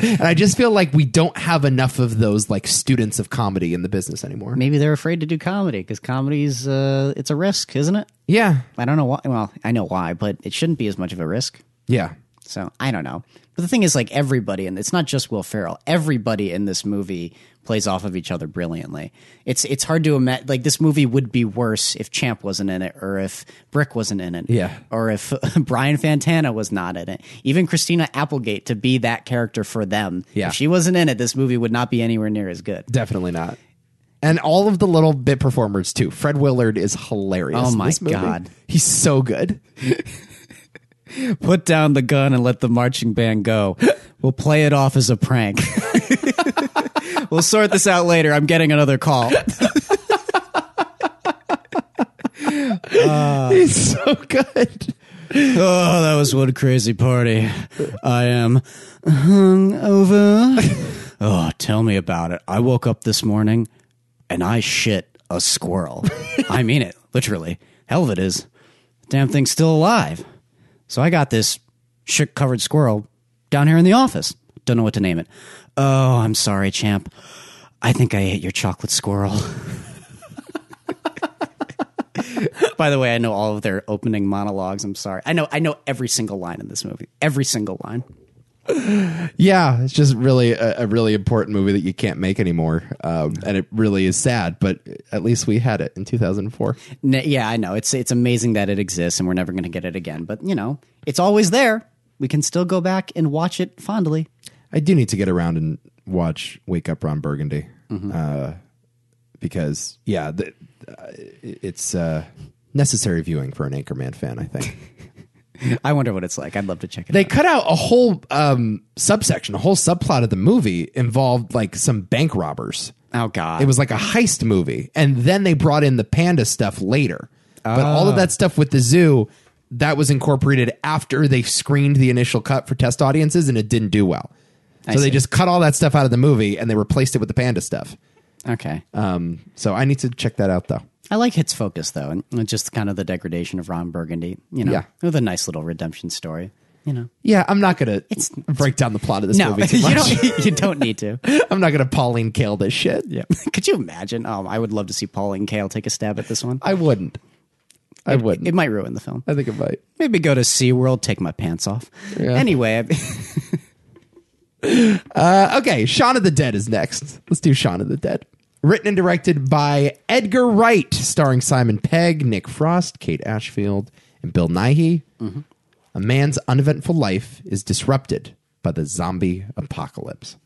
and I just feel like we don't have enough of those like students of comedy in the business anymore.
Maybe they're afraid to do comedy because comedy's uh, it's a risk, isn't it?
Yeah.
I don't know why. Well, I know why, but it shouldn't be as much of a risk.
Yeah.
So I don't know. But the thing is, like everybody, and it's not just Will Ferrell. Everybody in this movie plays off of each other brilliantly. It's it's hard to imagine. Like this movie would be worse if Champ wasn't in it, or if Brick wasn't in it,
Yeah.
or if Brian Fantana was not in it. Even Christina Applegate to be that character for them.
Yeah.
If she wasn't in it, this movie would not be anywhere near as good.
Definitely not. And all of the little bit performers too. Fred Willard is hilarious.
Oh
in
my
this movie.
God.
he's so good.
Put down the gun and let the marching band go. We'll play it off as a prank. we'll sort this out later. I'm getting another call.
he's so good.
Oh, that was one crazy party. I am hungover. Oh, tell me about it. I woke up this morning and I shit a squirrel. I mean it, literally. Hell of it is. Damn thing's still alive. So I got this shit covered squirrel down here in the office. Don't know what to name it. Oh, I'm sorry, champ. I think I ate your chocolate squirrel. By the way, I know all of their opening monologues. I'm sorry. I know I know every single line in this movie. Every single line.
Yeah, it's just really a, a really important movie that you can't make anymore, um, and it really is sad. But at least we had it in 2004.
N- yeah, I know. It's it's amazing that it exists and we're never going to get it again, but you know, it's always there. We can still go back and watch it fondly.
I do need to get around and watch Wake Up Ron Burgundy uh, because yeah, the, uh, it's uh, necessary viewing for an Anchorman fan. I think.
I wonder what it's like. I'd love to check it
they
out.
cut out a whole um, subsection, a whole subplot of the movie involved like some bank robbers.
Oh god.
It was like a heist movie, and then they brought in the panda stuff later. But all of
Ah.
that stuff with the zoo that was incorporated after they screened the initial cut for test audiences, and it didn't do well. So they
see.
just cut all that stuff out of the movie and they replaced it with the panda stuff.
okay.
Um, so I need to check that out though.
I like its focus though, and and just kind of the degradation of Ron Burgundy, you know.
Yeah.
With a nice little redemption story, you know.
Yeah, I'm not gonna break down the plot of this
No,
movie too
you
much.
don't you don't need to.
I'm not gonna Pauline Kael this shit.
Yeah. Could you imagine? Um, I would love to see Pauline Kael take a stab at this one.
I wouldn't. I wouldn't.
It might ruin the film.
I think it might.
Maybe go to SeaWorld, take my pants off.
Yeah.
Anyway, I-
Uh, okay, Shaun of the Dead is next. Let's do Shaun of the Dead. Written and directed by Edgar Wright, starring Simon Pegg, Nick Frost, Kate Ashfield, and Bill Nighy. A man's uneventful life is disrupted by the zombie apocalypse.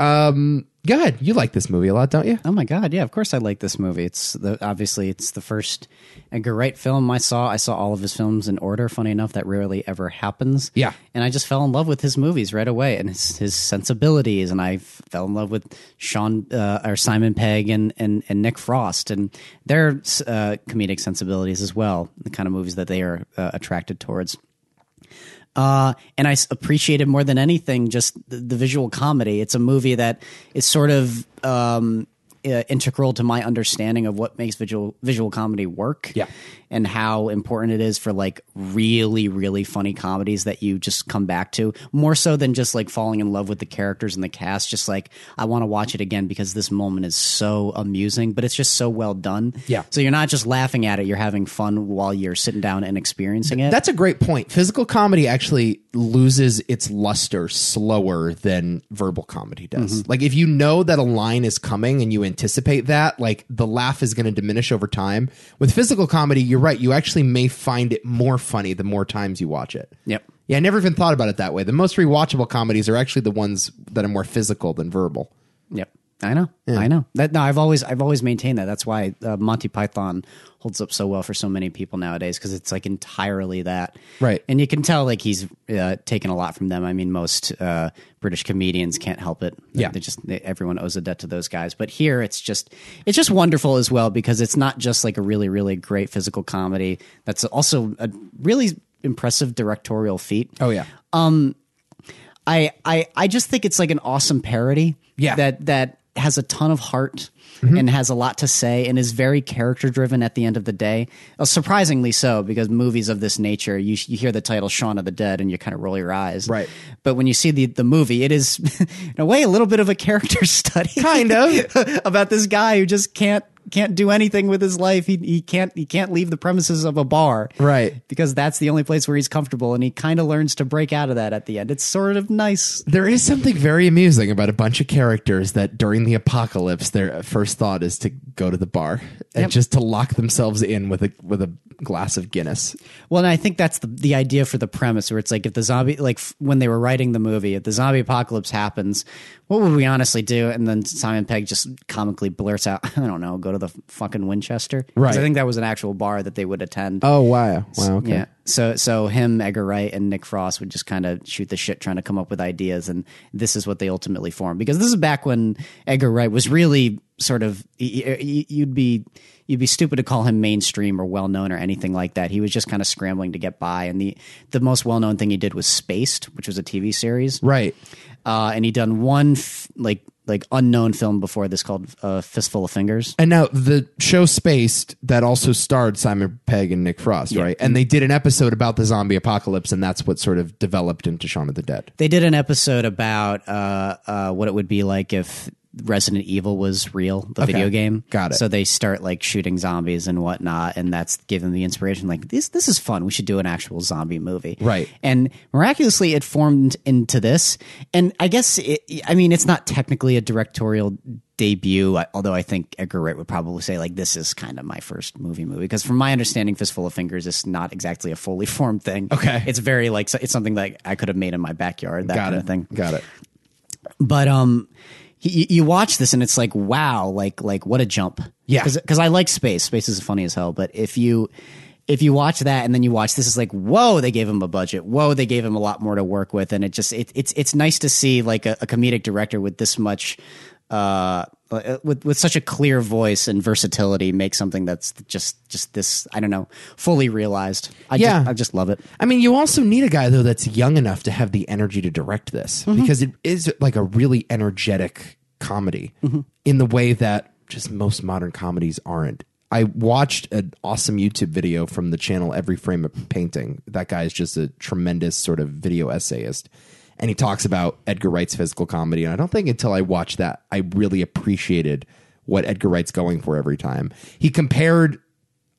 Um, go ahead. You like this movie a lot, don't you?
oh my god, yeah, of course I like this movie. It's the, obviously it's the first Edgar Wright film I saw. I saw all of his films in order. Funny enough, that rarely ever happens.
Yeah.
and I just fell in love with his movies right away and his, his sensibilities, and I f- fell in love with Sean uh, or Simon Pegg and, and and Nick Frost and their uh, comedic sensibilities as well. The kind of movies that they are uh, attracted towards. Uh, and I s- appreciated more than anything just the, the visual comedy. It's a movie that is sort of um, uh, integral to my understanding of what makes visual visual comedy work,
Yeah.
and how important it is for like really really funny comedies that you just come back to more so than just like falling in love with the characters and the cast. Just like I want to watch it again because this moment is so amusing, but it's just so well done.
Yeah.
so you're not just laughing at it; you're having fun while you're sitting down and experiencing it.
That's a great point. Physical comedy actually loses its luster slower than verbal comedy does. Like if you know that a line is coming and you anticipate that, like the laugh is going to diminish over time. With physical comedy, you're right. You actually may find it more funny the more times you watch it.
Yep.
Yeah, I never even thought about it that way. The most rewatchable comedies are actually the ones that are more physical than verbal.
Yep. I know, I know. That no, I've always I've always maintained that. That's why uh, Monty Python holds up so well for so many people nowadays because it's like entirely that,
Right.
And you can tell like he's uh, taken a lot from them. I mean, most uh, British comedians can't help it.
Yeah.
they just they, everyone owes a debt to those guys. But here, it's just it's just wonderful as well because it's not just like a really really great physical comedy. That's also a really impressive directorial feat.
Oh yeah.
I I I just think it's like an awesome parody.
Yeah. Mm-hmm.
That that has a ton of heart and has a lot to say and is very character driven at the end of the day. Uh, surprisingly so because movies of this nature you you hear the title Shaun of the Dead and you kind of roll your eyes.
Right.
But when you see the the movie it is in a way a little bit of a character study
Kind of.
about this guy who just can't can't do anything with his life. He he can't he can't leave the premises of a bar.
Right.
Because that's the only place where he's comfortable and he kind of learns to break out of that at the end. It's sort of nice.
There is something very amusing about a bunch of characters that during the apocalypse, their first thought is to go to the bar and
Yep.
just to lock themselves in with a with a glass of Guinness.
Well, and I think that's the the idea for the premise where it's like if the zombie like f- when they were writing the movie, if the zombie apocalypse happens, what would we honestly do? And then Simon Pegg just comically blurts out, I don't know, go to the f- fucking Winchester. 'Cause
Right.
I think that was an actual bar that they would attend.
Oh wow! Wow. Okay.
Yeah. So so him, Edgar Wright, and Nick Frost would just kind of shoot the shit, trying to come up with ideas, and this is what they ultimately formed. Because this is back when Edgar Wright was really sort of y- y- y- you'd be you'd be stupid to call him mainstream or well known or anything like that. He was just kind of scrambling to get by, and the the most well known thing he did was Spaced, which was a TV series,
Right.
uh, and he'd done one f- like like unknown film before this called uh, Fistful of Fingers.
And now the show Spaced that also starred Simon Pegg and Nick Frost, right? And they did an episode about the zombie apocalypse, and that's what sort of developed into Shaun of the Dead.
They did an episode about uh, uh, what it would be like if Resident Evil was real, the video game.
Got it.
So they start like shooting zombies and whatnot, and that's given the inspiration. Like this, this is fun. We should do an actual zombie movie,
Right.
And miraculously, it formed into this. And I guess, it, I mean, it's not technically a directorial debut, I- although I think Edgar Wright would probably say like this is kind of my first movie movie because from my understanding, Fistful of Fingers is not exactly a fully formed thing.
Okay.
it's very like so- it's something like I could have made in my backyard. That
Got
kind
it.
of thing
Got it.
but um you, you watch this and it's like wow like like what a jump
Yeah.
because i like space space is funny as hell but if you if you watch that and then you watch this is like whoa they gave him a budget whoa they gave him a lot more to work with and it just it, it's it's nice to see like a, a comedic director with this much uh uh, with with such a clear voice and versatility make something that's just just this i don't know fully realized i
Yeah.
just i just love it
I mean, you also need a guy though that's young enough to have the energy to direct this because it is like a really energetic comedy in the way that just most modern comedies aren't. I watched an awesome YouTube video from the channel Every Frame of Painting. That guy is just a tremendous sort of video essayist. And he talks about Edgar Wright's physical comedy. And I don't think until I watched that, I really appreciated what Edgar Wright's going for every time. He compared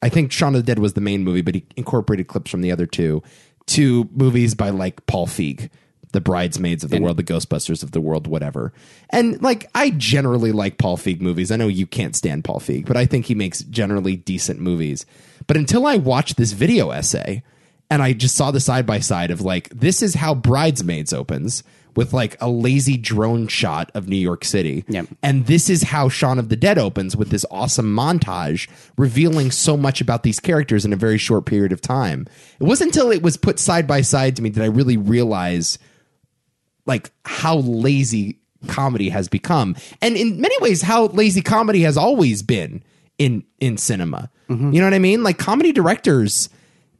I think Shaun of the Dead was the main movie, but he incorporated clips from the other two to movies by like Paul Feig, the Bridesmaids of the World, the Ghostbusters of the World, whatever. And like, I generally like Paul Feig movies. I know you can't stand Paul Feig, but I think he makes generally decent movies. But until I watched this video essay, and I just saw the side by side of like this is how Bridesmaids opens with like a lazy drone shot of New York City.
Yep.
And this is how Shaun of the Dead opens with this awesome montage revealing so much about these characters in a very short period of time. It wasn't until it was put side by side to me that I really realized like how lazy comedy has become and in many ways how lazy comedy has always been in in cinema you know what i mean like comedy directors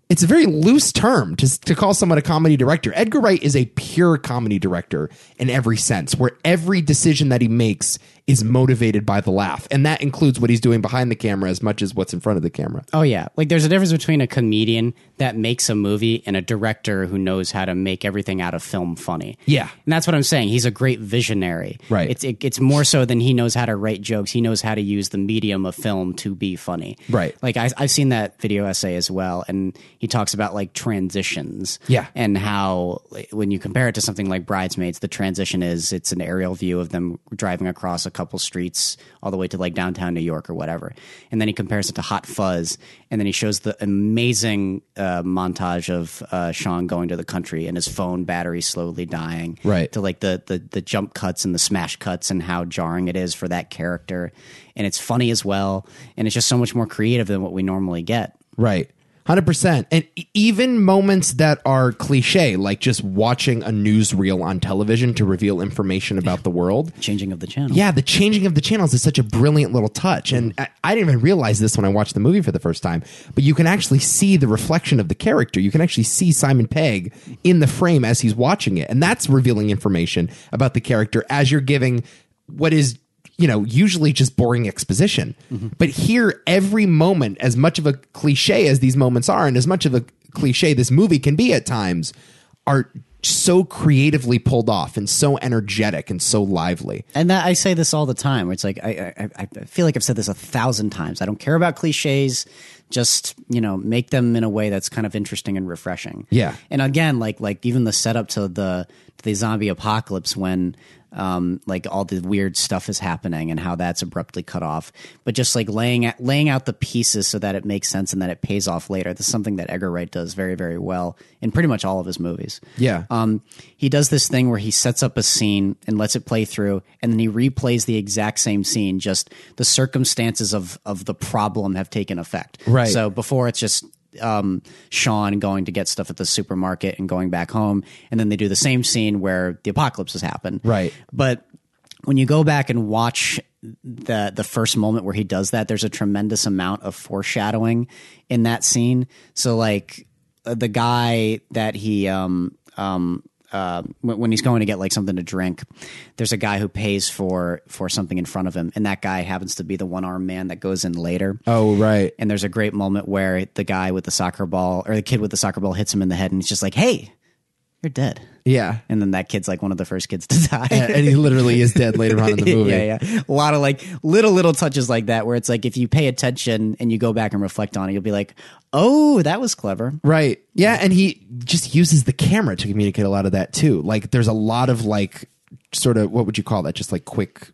it's a very loose term to, to call someone a comedy director edgar wright is a pure comedy director in every sense where every decision that he makes is motivated by the laugh and that includes what he's doing behind the camera as much as what's in front of the camera
Oh yeah, like there's a difference between a comedian that makes a movie and a director who knows how to make everything out of film funny.
Yeah.
and that's what I'm saying. He's a great visionary.
Right.
It's it, it's more so than he knows how to write jokes. He knows how to use the medium of film to be funny.
Right.
Like I, I've seen that video essay as well, and he talks about like transitions.
Yeah.
And how like, when you compare it to something like Bridesmaids, the transition is it's an aerial view of them driving across a a couple streets all the way to like downtown New York or whatever. And then he compares it to Hot Fuzz, and then he shows the amazing uh, montage of uh, Sean going to the country and his phone battery slowly dying,
Right.
To like the, the the jump cuts and the smash cuts and how jarring it is for that character, and it's funny as well, and it's just so much more creative than what we normally get.
Right. 100%. And e- even moments that are cliche, like just watching a newsreel on television to reveal information about the world.
Changing of the channel.
Yeah, the changing of the channels is such a brilliant little touch. And I, I didn't even realize this when I watched the movie for the first time, but you can actually see the reflection of the character. You can actually see Simon Pegg in the frame as he's watching it. And that's revealing information about the character as you're giving what is. You know, usually just boring exposition. But here, every moment, as much of a cliche as these moments are, and as much of a cliche this movie can be at times, are so creatively pulled off and so energetic and so lively.
And that, I say this all the time. Where it's like I, I- I, I feel like I've said this a thousand times. I don't care about cliches. Just you know, make them in a way that's kind of interesting and refreshing.
Yeah.
And again, like like even the setup to the to the zombie apocalypse when um like all the weird stuff is happening and how that's abruptly cut off, but just like laying out, laying out the pieces so that it makes sense and that it pays off later. This is something that Edgar Wright does very very well in pretty much all of his movies.
Yeah.
Um, he does this thing where he sets up a scene and lets it play through, and then he replays the exact same scene. Just the circumstances of of the problem have taken effect.
Right.
So before it's just um, Sean going to get stuff at the supermarket and going back home, and then they do the same scene where the apocalypse has happened.
Right.
But when you go back and watch the the first moment where he does that, there's a tremendous amount of foreshadowing in that scene. So like uh, the guy that he um um uh, when when he's going to get like something to drink, there's a guy who pays for for something in front of him, and that guy happens to be the one armed man that goes in later.
Oh, right.
And there's a great moment where the guy with the soccer ball or the kid with the soccer ball hits him in the head, and he's just like, "Hey, you're dead."
Yeah.
And then that kid's like one of the first kids to die.
and he literally is dead later on in the movie.
Yeah, yeah. A lot of like little little touches like that where it's like if you pay attention and you go back and reflect on it, you'll be like, "Oh, that was clever."
Right. Yeah, and he just uses the camera to communicate a lot of that too. Like there's a lot of like sort of what would you call that? Just like quick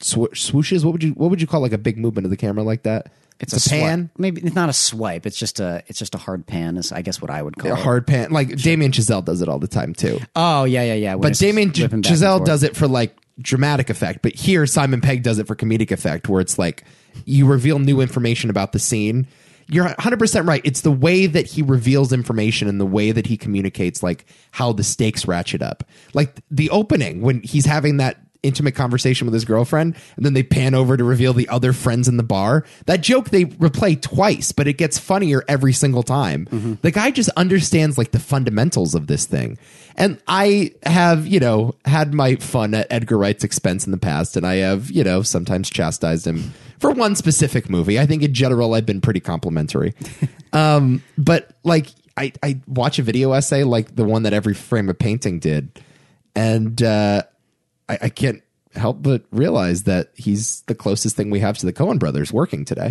swo- swooshes. What would you what would you call like a big movement of the camera like that?
a swi- Maybe it's not a swipe. It's just a it's just a hard pan. Is I guess what I would call
A
it.
hard pan. Like Damien Chazelle does it all the time too.
oh yeah, yeah, yeah.
But Damien Ch- Chazelle does it for like dramatic effect, but here Simon Pegg does it for comedic effect, where it's like you reveal new information about the scene. You're 100% right. It's the way that he reveals information and the way that he communicates, like how the stakes ratchet up. Like the opening when he's having that intimate conversation with his girlfriend and then they pan over to reveal the other friends in the bar that joke they replay twice but it gets funnier every single time the guy just understands like the fundamentals of this thing and i have you know had my fun at edgar wright's expense in the past and i have you know sometimes chastised him for one specific movie i think in general i've been pretty complimentary um but like i i watch a video essay like the one that every frame of painting did and uh I, I can't help but realize that he's the closest thing we have to the Cohen brothers working today,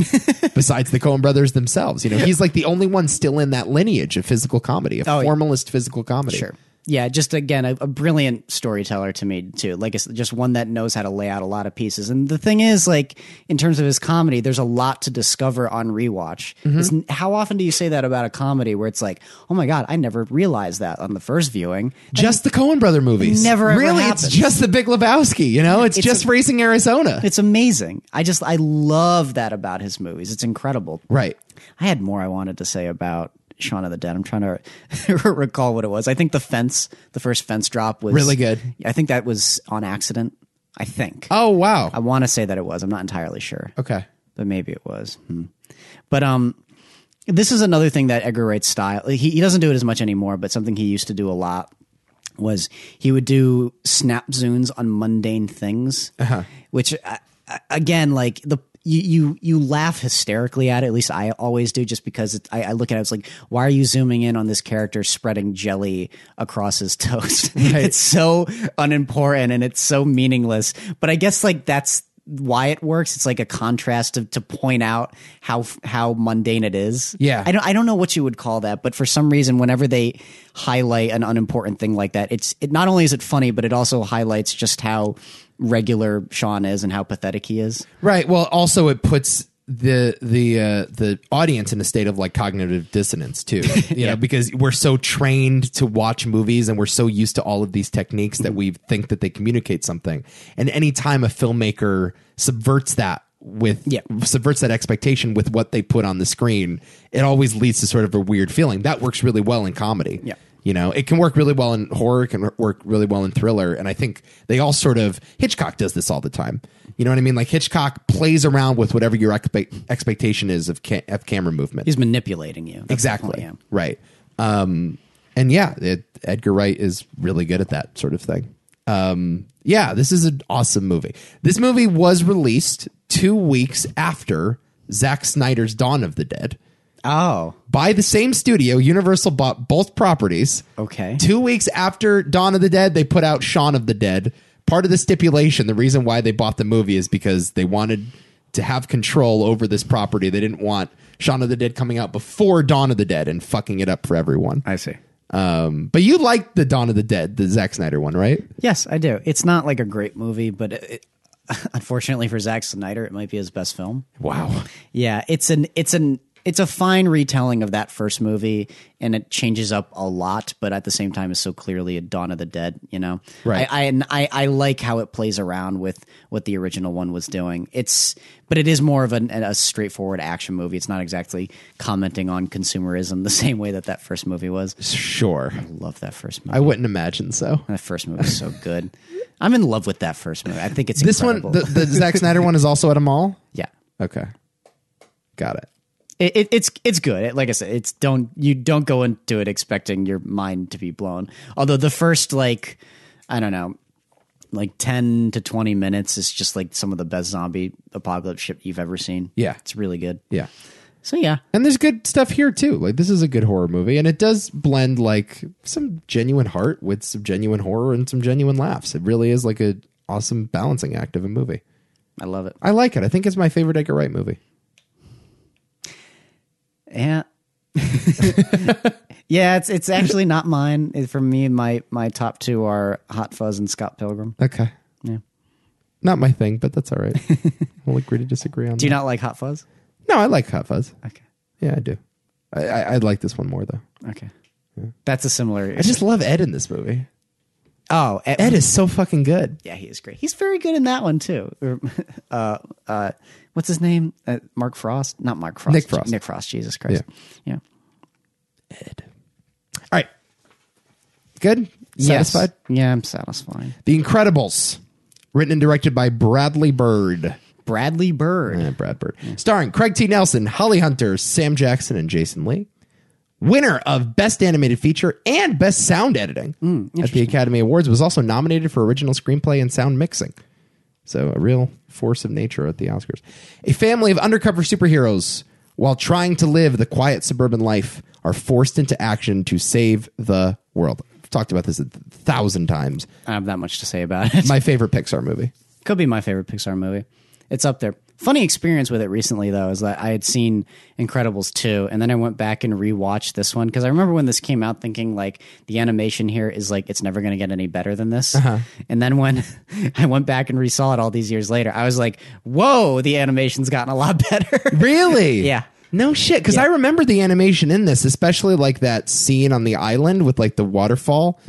besides the Cohen brothers themselves. You know, he's like the only one still in that lineage of physical comedy, of
Oh, yeah.
formalist physical comedy.
Sure. Yeah, just again, a, a brilliant storyteller to me too. Like, it's just one that knows how to lay out a lot of pieces. And the thing is, like, in terms of his comedy, there's a lot to discover on rewatch.
Mm-hmm.
It's- how often do you say that about a comedy where it's like, oh my god, I never realized that on the first viewing?
Just the Cohen brother movies.
Never ever
really. It's
happens.
just the Big Lebowski. You know, it's, just Raising Arizona.
It's amazing. I just I love that about his movies. It's incredible.
right.
I had more I wanted to say about Shaun of the Dead. I'm trying to recall what it was. I think the fence, the first fence drop was
Really good.
I think that was on accident. I think.
Oh wow.
I want to say that it was. I'm not entirely sure.
okay.
But maybe it was. Hmm. But um this is another thing that Edgar Wright's style he, he doesn't do it as much anymore, but something he used to do a lot was he would do snap zooms on mundane things, which uh, uh, again, like the you, you you laugh hysterically at it. At least I always do, just because it, I, I look at it. It's like, why are you zooming in on this character spreading jelly across his toast? it's so unimportant and it's so meaningless. But I guess like that's why it works. It's like a contrast to, to point out how how mundane it is.
Yeah.
I don't I don't know what you would call that, but for some reason, whenever they highlight an unimportant thing like that, it's it not only is it funny, but it also highlights just how regular Sean is and how pathetic he is.
Right. Well, also it puts the the uh, the audience in a state of like cognitive dissonance too. You know, because we're so trained to watch movies and we're so used to all of these techniques
Mm-hmm.
that we think that they communicate something. And anytime a filmmaker subverts that with
Yeah.
subverts that expectation with what they put on the screen, it always leads to sort of a weird feeling. That works really well in comedy.
Yeah.
You know, it can work really well in horror, it can work really well in thriller, and I think they all sort of Hitchcock does this all the time. You know what I mean? Like Hitchcock plays around with whatever your expe- expectation is of, ca- of camera movement.
He's manipulating you. That's the
exactly
point, yeah.
right. Um, and yeah, it, Edgar Wright is really good at that sort of thing. Um, yeah, this is an awesome movie. This movie was released two weeks after Zack Snyder's Dawn of the Dead
Oh,
by the same studio. Universal bought both properties.
okay.
Two weeks after Dawn of the Dead, they put out Shaun of the Dead. Part of the stipulation, the reason why they bought the movie is because they wanted to have control over this property. They didn't want Shaun of the Dead coming out before Dawn of the Dead and fucking it up for everyone.
I see.
Um, but you liked the Dawn of the Dead, the Zack Snyder one, right?
Yes, I do. It's not like a great movie, but it, unfortunately for Zack Snyder, it might be his best film.
Wow.
Yeah, it's an it's an it's a fine retelling of that first movie, and it changes up a lot, but at the same time, is so clearly a Dawn of the Dead. You know,
Right.
I I, and I I like how it plays around with what the original one was doing. It's but it is more of an, a straightforward action movie. It's not exactly commenting on consumerism the same way that that first movie was.
Sure.
Love that first movie.
I wouldn't imagine so.
that first movie is so good. I'm in love with that first movie. I think it's
This
incredible.
one, the, the Zack Snyder one, is also at a mall.
yeah.
Okay. Got it.
it, it, it's it's good. It- like I said, it's don't you don't go into it expecting your mind to be blown. Although the first like I don't know, like ten to twenty minutes is just like some of the best zombie apocalypse shit you've ever seen.
Yeah.
it's really good.
Yeah.
So yeah,
And there's good stuff here too. Like this is a good horror movie, and it does blend like some genuine heart with some genuine horror and some genuine laughs. It really is like a awesome balancing act of a movie.
I love it.
I like it. I think it's my favorite Edgar Wright movie.
Yeah. yeah, it's it's actually not mine. It- For me, my my top two are Hot Fuzz and Scott Pilgrim.
Okay.
Yeah.
Not my thing, but that's all right. we'll agree to disagree on
Do you
that.
not like Hot Fuzz?
no, I like Hot Fuzz.
Okay,
Yeah, I do. I, I, I like this one more though.
okay, that's a similar.
I just love Ed in this movie.
oh, Ed-
Ed is so fucking good.
yeah, he is great. He's very good in that one too. Uh, uh, what's his name? Uh, Mark Frost? Not Mark Frost.
Nick Frost.
Nick Frost. Jesus Christ. Yeah.
All right. Good? Satisfied?
Yes. Yeah, I'm satisfied.
The Incredibles, written and directed by Bradley Bird.
Bradley Bird.
Eh, Brad Bird. Starring Craig T. Nelson, Holly Hunter, Sam Jackson, and Jason Lee. Winner of Best Animated Feature and Best Sound Editing
Hmm,
at the Academy Awards was also nominated for Original Screenplay and Sound Mixing. So, a real force of nature at the Oscars. A family of undercover superheroes, while trying to live the quiet suburban life, are forced into action to save the world. I've talked about this a thousand times.
I don't have that much to say about it.
My favorite Pixar movie.
Could be my favorite Pixar movie. It's up there. Funny experience with it recently though is that I had seen Incredibles 2 and then I went back and rewatched this one cuz I remember when this came out thinking like the animation here is like it's never going to get any better than this. And then when I went back and resaw it all these years later, I was like, "Whoa, the animation's gotten a lot better."
Really?
Yeah.
No shit, because I remember the animation in this, especially like that scene on the island with like the waterfall,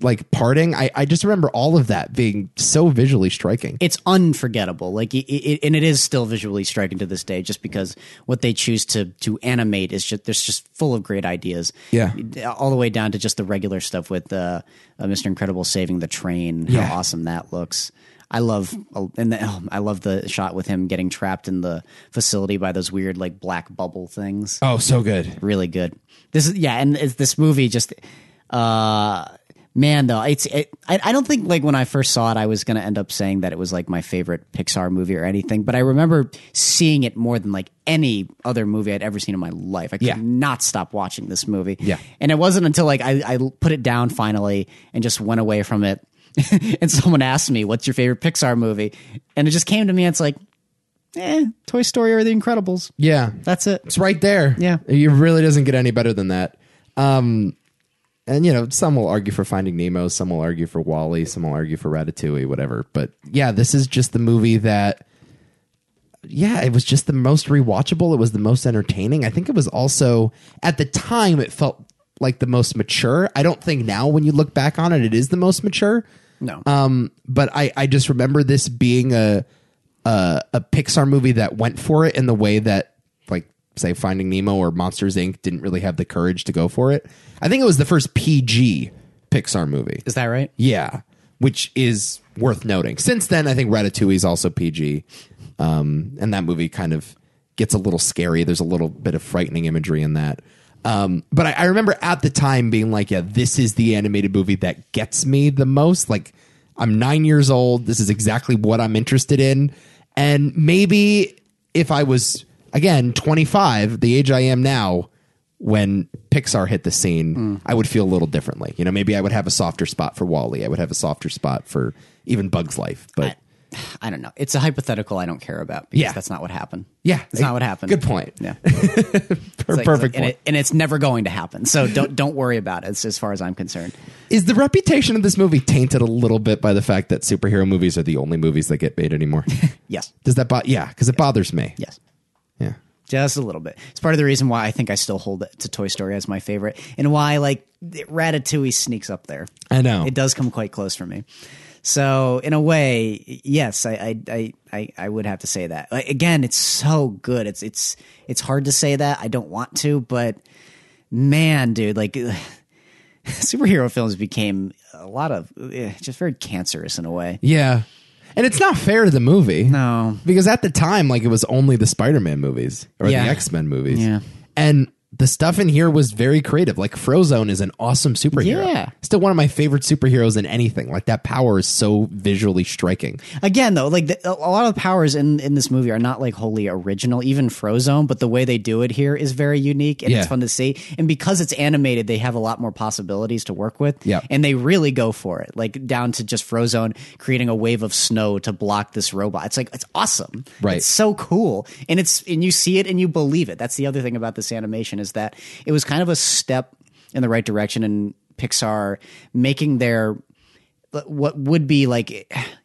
like parting. I, I just remember all of that being so visually striking.
it's unforgettable. Like it, it, and it is still visually striking to this day, just because what they choose to to animate is just there's just full of great ideas.
Yeah.
all the way down to just the regular stuff with uh, uh, Mr. Incredible saving the train.
Yeah.
How awesome that looks. I love and the, oh, I love the shot with him getting trapped in the facility by those weird like black bubble things
Oh, so good.
really good. This is yeah, and it's, this movie just, uh, man, though it's it, I I don't think like when I first saw it, I was gonna end up saying that it was like my favorite Pixar movie or anything, but I remember seeing it more than like any other movie I'd ever seen in my life. I could
Yeah.
not stop watching this movie.
Yeah.
and it wasn't until like I I put it down finally and just went away from it. and someone asked me, "What's your favorite Pixar movie?" And it just came to me. It's like, eh, Toy Story or The Incredibles.
Yeah.
That's it.
It's right there.
Yeah.
It really doesn't get any better than that. Um, and you know, some will argue for Finding Nemo, some will argue for Wally, some will argue for Ratatouille, whatever. But yeah, this is just the movie that yeah, it was just the most rewatchable. It was the most entertaining. I think it was also at the time it felt like the most mature. I don't think now when you look back on it, it is the most mature.
No.
Um, but I, I just remember this being a, a a Pixar movie that went for it in the way that like say Finding Nemo or Monsters Inc. didn't really have the courage to go for it. I think it was the first PG Pixar movie.
Is that right?
Yeah, which is worth noting. Since then, I think Ratatouille is also PG, um, and that movie kind of gets a little scary. There's a little bit of frightening imagery in that. Um, but I, I remember at the time being like, "Yeah, this is the animated movie that gets me the most." Like, I'm nine years old. This is exactly what I'm interested in, and maybe if I was again 25, the age I am now, when Pixar hit the scene,
Hmm.
I would feel a little differently. You know, maybe I would have a softer spot for Wally. I would have a softer spot for even Bug's Life. But
I don't know. It's a hypothetical I don't care about because
Yeah.
that's not what happened.
yeah,
It's not what happened.
Good point.
Yeah.
Per-
It's like-
perfect
and,
point.
it- and it's never going to happen. So don't don't worry about it. As, as far as I'm concerned,
Is the reputation of this movie tainted a little bit by the fact that superhero movies are the only movies that get made anymore?
yes,
Does that bother? Yeah, because it bothers me.
yes,
Yeah.
just a little bit. It's part of the reason why I think I still hold it to Toy Story as my favorite, and why like Ratatouille sneaks up there.
I know.
It does come quite close for me. So in a way, yes, I I, I, I, I would have to say that. Like, again, it's so good. It's it's it's hard to say that. I don't want to, but man, dude, like superhero films became a lot of eh, just very cancerous in a way.
Yeah. And it's not fair to the movie.
No.
Because at the time, like, it was only the Spider Man movies or
Yeah.
the X Men movies.
Yeah.
And the stuff in here was very creative. Like, Frozone is an awesome superhero.
Yeah.
Still one of my favorite superheroes in anything. Like, that power is so visually striking.
Again, though, like the, a lot of the powers in in this movie are not like wholly original. Even Frozone, but the way they do it here is very unique and
Yeah.
it's fun to see. And because it's animated, they have a lot more possibilities to work with.
Yeah.
and they really go for it, like down to just Frozone creating a wave of snow to block this robot. It's like it's awesome.
Right.
It's so cool, and it's and you see it and you believe it. That's the other thing about this animation is that it was kind of a step in the right direction in Pixar making their but what would be like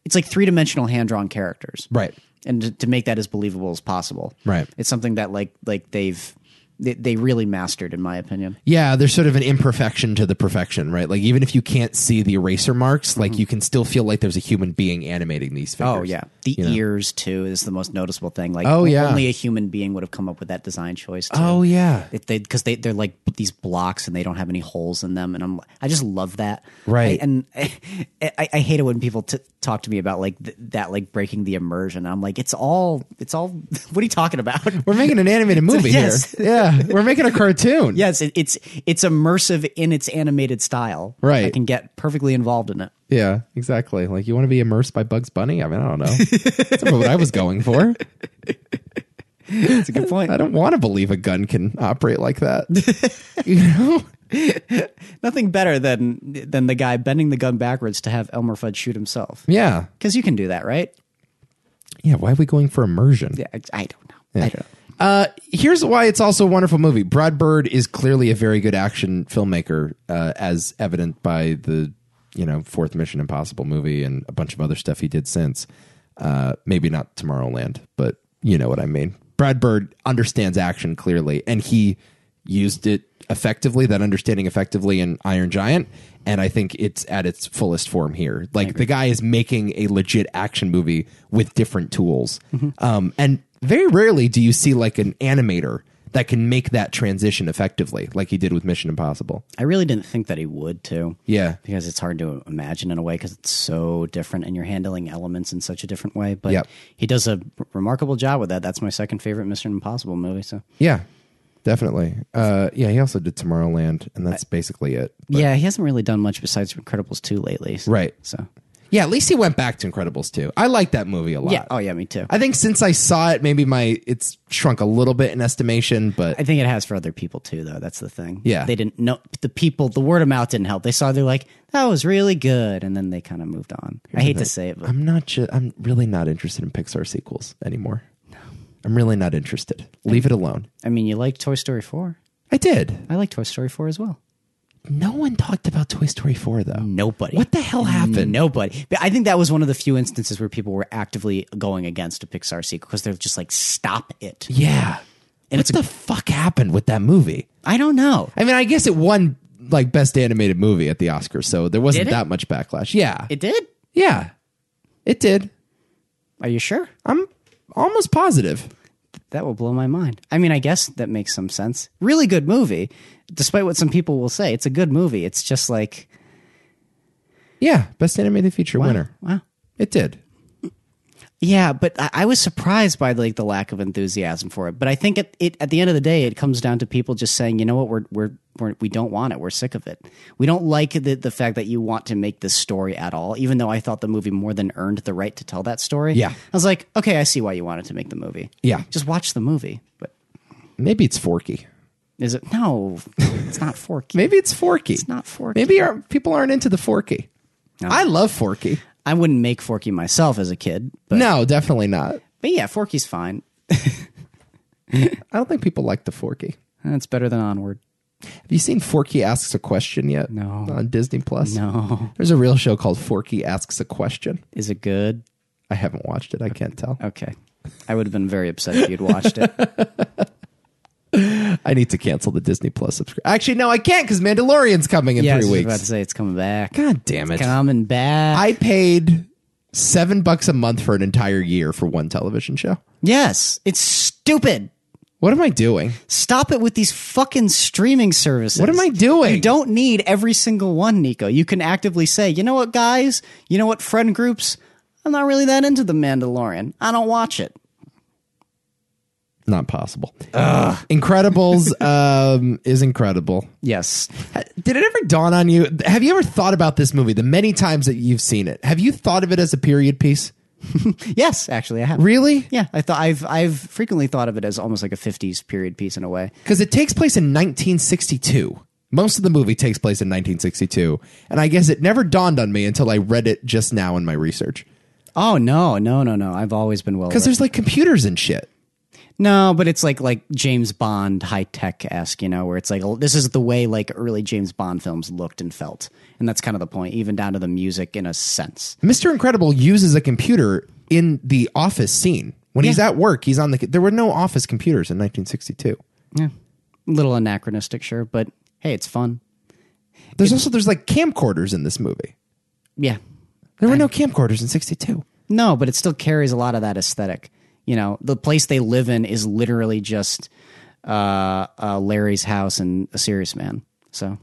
it's like three dimensional hand drawn characters,
Right.
And to, to make that as believable as possible,
Right.
It's something that like like they've they, they really mastered, in my opinion.
Yeah, there's sort of an imperfection to the perfection, right? Like even if you can't see the eraser marks, like you can still feel like there's a human being animating these figures.
Mm-hmm. Oh yeah, the ears too is the most noticeable thing. Like
Oh, yeah.
only a human being would have come up with that design choice. Too.
Oh yeah.
It- they because they they're like these blocks and they don't have any holes in them and I'm I just love that
Right.
I- and I, I, I hate it when people t- talk to me about like th- that like breaking the immersion I'm like it's all it's all what are you talking about
We're making an animated movie
Yes.
here. Yeah. We're making a cartoon.
yes it, it's it's immersive in its animated style
Right.
I can get perfectly involved in it
Yeah, exactly. Like you want to be immersed by Bugs Bunny? I mean, I don't know. That's not what I was going for.
it's a good point
I don't want to believe a gun can operate like that. you know?
nothing better than than the guy bending the gun backwards to have Elmer Fudd shoot himself
Yeah.
because you can do that right
Yeah, why are we going for immersion?
yeah I, I don't know I don't know.
Uh, here's why it's also a wonderful movie. Brad Bird is clearly a very good action filmmaker, uh, as evident by the you know fourth Mission Impossible movie and a bunch of other stuff he did since. Uh, maybe not Tomorrowland, but you know what I mean. Brad Bird understands action clearly, and he used it effectively. That understanding effectively in Iron Giant, and I think it's at its fullest form here. Like the guy is making a legit action movie with different tools, um, and very rarely do you see like an animator that can make that transition effectively, like he did with Mission Impossible.
I really didn't think that he would too.
Yeah.
because it's hard to imagine in a way because it's so different, and you're handling elements in such a different way. But
Yep.
he does a r- remarkable job with that. That's my second favorite Mission Impossible movie. So
Yeah, definitely. Uh, yeah, he also did Tomorrowland, and that's basically it.
yeah, he hasn't really done much besides Incredibles two lately. So-
Right.
So
Yeah, at least he went back to Incredibles too. I like that movie a lot.
yeah. Oh yeah, me too. I,
I think since I saw it, maybe my it's shrunk a little bit in estimation, but
think it has for other people too, though. That's the thing.
Yeah.
They didn't know the people. The word of mouth didn't help. They saw they're like that was really good, and then they kind of moved on. I hate to say it, but
I'm not. Ju- I'm really not interested in Pixar sequels anymore. I'm really not interested. Leave it alone.
I mean, you like Toy Story four.
I did.
I like Toy Story four as well.
No one talked about Toy Story 4 though.
Nobody.
What the hell happened?
Nobody. But I think that was one of the few instances where people were actively going against a Pixar sequel because they're just like, stop it.
Yeah.
And
what
it's a-
the fuck happened with that movie?
I don't know.
I mean, I guess it won like best animated movie at the Oscars, so there wasn't
Did it?
that much backlash. Yeah.
It did?
yeah. It did.
Are you sure?
I'm almost positive.
That will blow my mind. I mean, I guess that makes some sense. Really good movie, despite what some people will say. It's a good movie. It's just like,
Yeah, best animated feature winner.
wow.
It did.
Yeah, but I, I was surprised by like the lack of enthusiasm for it. But I think at it at the end of the day, it comes down to people just saying, you know what, we're we're, we're we don't want it. We're sick of it. We don't like the the fact that you want to make this story at all. Even though I thought the movie more than earned the right to tell that story.
Yeah.
I was like, okay, I see why you wanted to make the movie.
Yeah.
just watch the movie. But
Maybe it's Forky.
is it no? It's not Forky.
Maybe it's Forky. It's
not Forky.
Maybe our, people aren't into the Forky. I love Forky.
I wouldn't make Forky myself as a kid, but
No, definitely not.
but yeah, Forky's fine.
I don't think people like the Forky.
It's better than Onward.
Have you seen Forky Asks a Question yet?
No.
On Disney Plus?
No,
There's a real show called Forky Asks a Question.
is it good?
I haven't watched it. I can't tell.
Okay. I would have been very upset if you'd watched it.
I need to cancel the Disney Plus subscription. Actually, no, I can't because Mandalorian's coming in
yeah, I was
three
just
weeks.
about to say it's coming back.
God damn it.
Coming back.
I paid seven bucks a month for an entire year for one television show.
yes, it's stupid.
What am I doing?
Stop it with these fucking streaming services.
What am I doing?
You don't need every single one, Nico. You can actively say, you know what, guys? You know what, friend groups? I'm not really that into The Mandalorian. I don't watch it.
Not possible. Incredibles um, is incredible.
Yes.
Did it ever dawn on you? Have you ever thought about this movie? The many times that you've seen it, have you thought of it as a period piece?
Yes, actually, I have.
Really?
Yeah, I thought I've I've frequently thought of it as almost like a 50s period piece in a way.
Because it takes place in 1962. Most of the movie takes place in 1962, and I guess it never dawned on me until I read it just now in my research.
Oh no, no, no, no! I've always been well.
Because there's like computers and shit.
No, but it's like like James Bond high tech esque, you know, where it's like this is the way like early James Bond films looked and felt, and that's kind of the point, even down to the music in a sense.
Mr. Incredible uses a computer in the office scene. When he's at work, he's on the. There were no office computers in 1962.
Yeah, a little anachronistic, sure, but hey, it's fun.
There's also there's like camcorders in this movie.
Yeah,
There were no camcorders in 62.
no, but it still carries a lot of that aesthetic. You know, the place they live in is literally just uh, uh, Larry's house and a serious man. So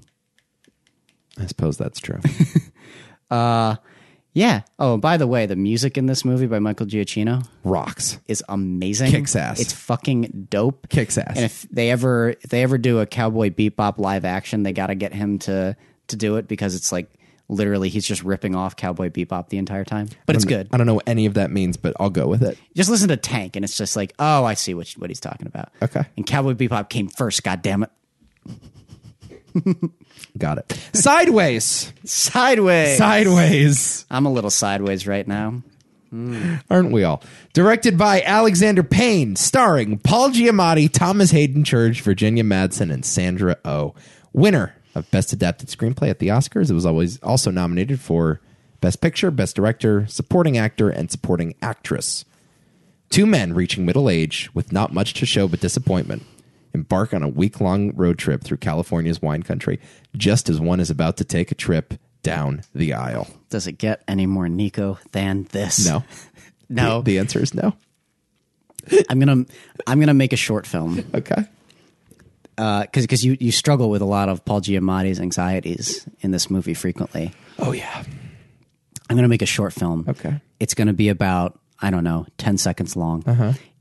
I suppose that's true.
yeah. Oh, and by the way, the music in this movie by Michael Giacchino.
Rocks.
is amazing.
Kicks ass.
It's fucking dope.
Kicks ass.
And if they ever if they ever do a cowboy bebop live action, they got to get him to to do it because it's like literally he's just ripping off cowboy bebop the entire time. But it's good.
I don't know what any of that means, but I'll go with it.
Just listen to Tank and it's just like, "Oh, I see what what he's talking about."
Okay.
And cowboy bebop came first, God damn it.
Got it. Sideways.
Sideways.
Sideways.
I'm a little sideways right now.
Aren't we all? Directed by Alexander Payne, starring Paul Giamatti, Thomas Hayden Church, Virginia Madsen, and Sandra Oh. Winner of Best Adapted Screenplay at the Oscars. It was always also nominated for Best Picture, Best Director, Supporting Actor, and Supporting Actress. Two men reaching middle age with not much to show but disappointment embark on a week long road trip through California's wine country just as one is about to take a trip down the aisle.
Does it get any more Nico than this?
No.
No.
The answer is no.
I'm going to I'm going to make a short film.
Okay.
because because you you struggle with a lot of Paul Giamatti's anxieties in this movie frequently.
Oh, yeah.
I'm going to make a short film.
Okay.
It's going to be about I don't know ten seconds long.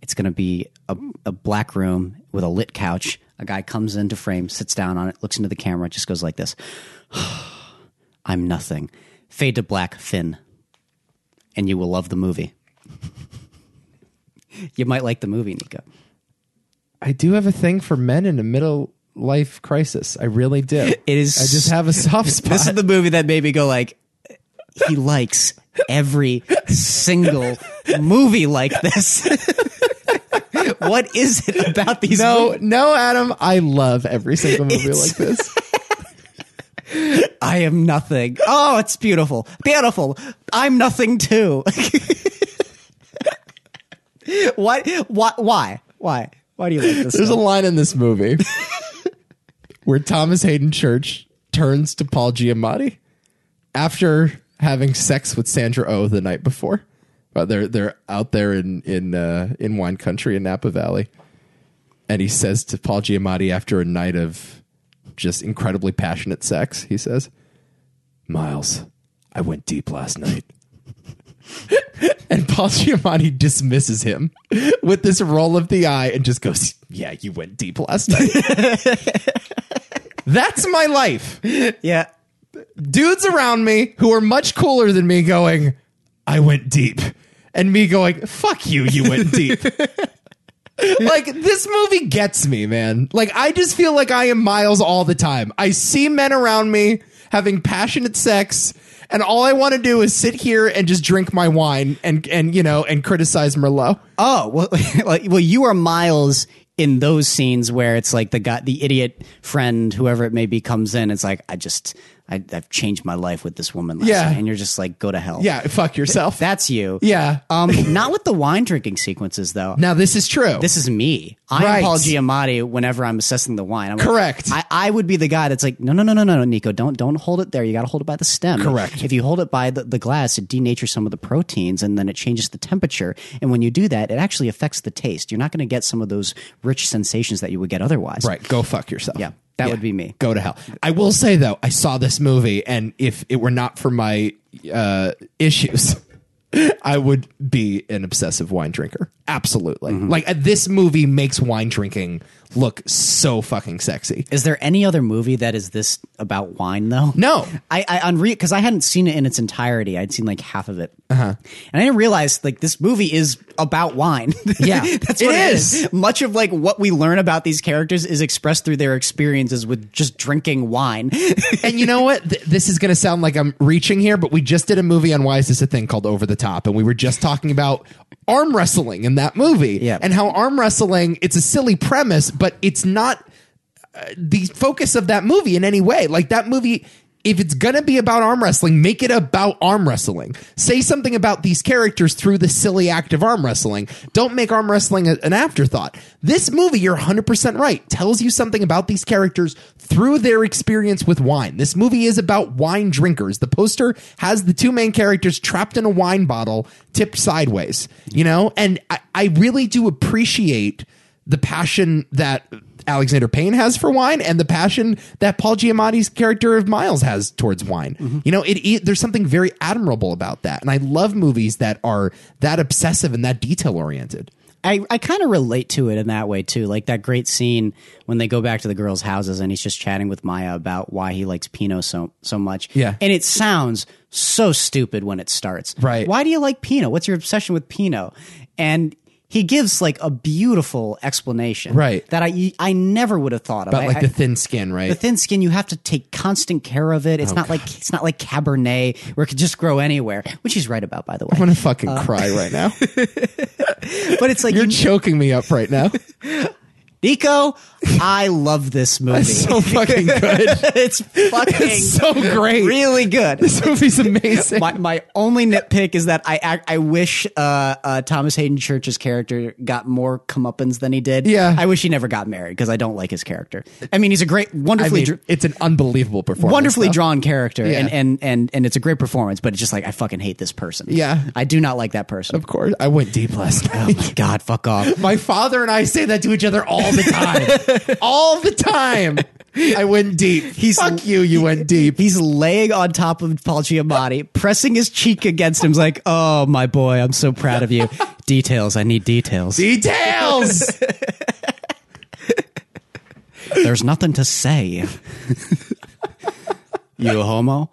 It's going to be a, a black room with a lit couch. A guy comes into frame, sits down on it, looks into the camera, just goes like this. I'm nothing. Fade to black, Finn, and you will love the movie. you might like the movie, Nico.
I do have a thing for men in a middle life crisis. I really do. It
is-
I just have a soft
This is
spot.
the movie that made me go like, he likes every single movie like this. what is it about these?
No,
movies?
no, Adam. I love every single movie like this.
I am nothing. Oh, it's beautiful. Beautiful. I'm nothing too. Why? Why? Why? Why? Why do you like this?
There's a
stuff?
line in this movie where Thomas Hayden Church turns to Paul Giamatti after having sex with Sandra O oh the night before. But they're they're out there in in uh, in wine country in Napa Valley, and he says to Paul Giamatti after a night of just incredibly passionate sex, he says, "Miles, I went deep last night." And Paul Giamatti dismisses him with this roll of the eye and just goes, Yeah, you went deep last night. That's my life.
yeah.
Dudes around me who are much cooler than me going, I went deep. And me going, Fuck you, you went deep. like, this movie gets me, man. Like, I just feel like I am Miles all the time. I see men around me having passionate sex. And all I want to do is sit here and just drink my wine and, and you know, and criticize Merlot.
Oh well, like, well, you are Miles in those scenes where it's like the guy, the idiot friend, whoever it may be, comes in. It's like I just, I, I've changed my life with this woman. Last
Yeah.
night. and you're just like, go to hell.
Yeah, fuck yourself.
that's you.
yeah. Uh,
Um, not with the wine drinking sequences though.
now this is true.
This is me. I'm
Right.
Paul Giamatti whenever I'm assessing the wine. I'm like-
Correct.
I, I would be the guy that's like, no, no, no, no, no, no, Nico, don't don't hold it there. You got to hold it by the stem.
Correct.
If you hold it by the, the glass, it denatures some of the proteins and then it changes the temperature. And when you do that, it actually affects the taste. You're not going to get some of those rich sensations that you would get otherwise.
right. Go fuck yourself.
Yeah. That would be me.
Go to hell. I will say though, I saw this movie, and if it were not for my uh, issues, I would be an obsessive wine drinker. Absolutely.
Mm-hmm.
Like uh, this movie makes wine drinking look so fucking sexy.
Is there any other movie that is this about wine though?
No.
I, I on re because I hadn't seen it in its entirety. I'd seen like half of it,
Uh-huh.
and I didn't realize like this movie is about wine.
Yeah.
that's
It
what it
is.
is. Much of like what we learn about these characters is expressed through their experiences with just drinking wine.
and you know what? Th- this is going to sound like I'm reaching here, but we just did a movie on why is this a thing called Over the Top, and we were just talking about arm wrestling in that movie,
Yeah.
and how arm wrestling it's a silly premise, but it's not uh, the focus of that movie in any way. Like that movie. If it's gonna be about arm wrestling, make it about arm wrestling. Say something about these characters through the silly act of arm wrestling. Don't make arm wrestling a- an afterthought. This movie, you're 100% right, tells you something about these characters through their experience with wine. This movie is about wine drinkers. The poster has the two main characters trapped in a wine bottle tipped sideways, you know? And I, I really do appreciate the passion that Alexander Payne has for wine and the passion that Paul Giamatti's character of Miles has towards wine. You know, it, it there's something very admirable about that. And I love movies that are that obsessive and that detail oriented.
I, I kind of relate to it in that way too. Like that great scene when they go back to the girls' houses and he's just chatting with Maya about why he likes Pinot so so much.
Yeah.
And it sounds so stupid when it starts.
Right.
Why do you like Pinot? What's your obsession with Pinot? And he gives like a beautiful explanation.
Right.
That I I never would have thought of.
But
I-
like
I-
the thin skin, right?
the thin skin you have to take constant care of
Oh,
it it's not like it's not like cabernet where it could just grow anywhere which he's right about by the
I'm
way
gonna fucking
Uh.
cry right now.
but it's like
You're choking me up right now.
nico i love this movie
so fucking good.
it's fucking
It's so great.
really good.
This movie's amazing.
My, my only nitpick is that I ac- I wish uh, uh, Thomas Hayden Church's character got more comeuppance than he did.
Yeah.
I wish he never got married because I don't like his character. I mean, he's a great,
I
wonderfully,
mean,
dr-
it's an unbelievable performance.
wonderfully
though.
drawn character,
Yeah.
and, and and and it's a great performance. But it's just like I fucking hate this person.
Yeah.
I do not like that person.
Of course. I went deep last night.
Oh my god, fuck off.
My father and I say that to each other all the time. all the time. I went deep.
He's-
Fuck you, you went deep.
He's laying on top of Paul Giamatti, pressing his cheek against him. He's like, "Oh my boy, I'm so proud of you." details, I need details.
Details.
There's nothing to say. you a homo?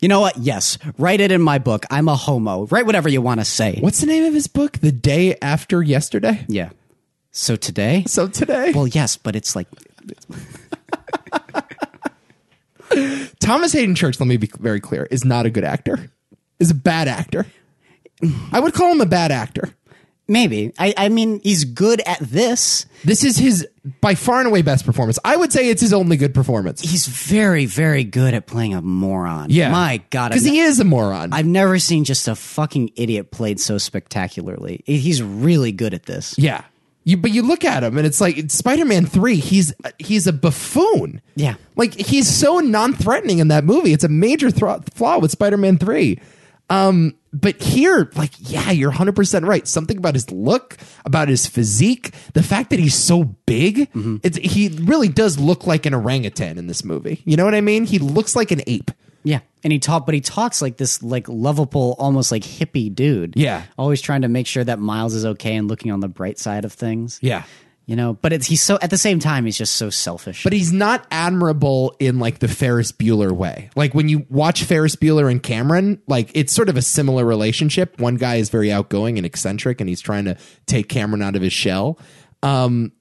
you know what? Yes. Write it in my book. I'm a homo. Write whatever you want to say.
What's the name of his book? The Day After Yesterday?
Yeah. So today?
So today,
Well, yes, but it's like
Thomas Hayden Church, let me be very clear, is not a good actor. Is a bad actor. I would call him a bad actor.
Maybe. I, I mean, he's good at this.
This is his by far and away best performance. I would say it's his only good performance.
He's very, very good at playing a moron.
Yeah,
My God.
because
I've,
he is a moron.
I've never seen just a fucking idiot played so spectacularly. He's really good at this.
yeah, you but you look at him and it's like Spider Man Three. He's he's a buffoon.
Yeah.
like he's so non-threatening in that movie. It's a major thro flaw with Spider Man Three. Um, but here, like, yeah, you're 100 percent right. Something about his look, about his physique, the fact that he's so big. It's he really does look like an orangutan in this movie. You know what I mean? He looks like an ape.
Yeah. And he talk but he talks like this like lovable, almost like hippie dude.
Yeah.
Always trying to make sure that Miles is okay and looking on the bright side of things.
Yeah.
You know, but it's he's so at the same time he's just so selfish.
but he's not admirable in like the Ferris Bueller way. Like when you watch Ferris Bueller and Cameron, like it's sort of a similar relationship. One guy is very outgoing and eccentric, and he's trying to take Cameron out of his shell. Um,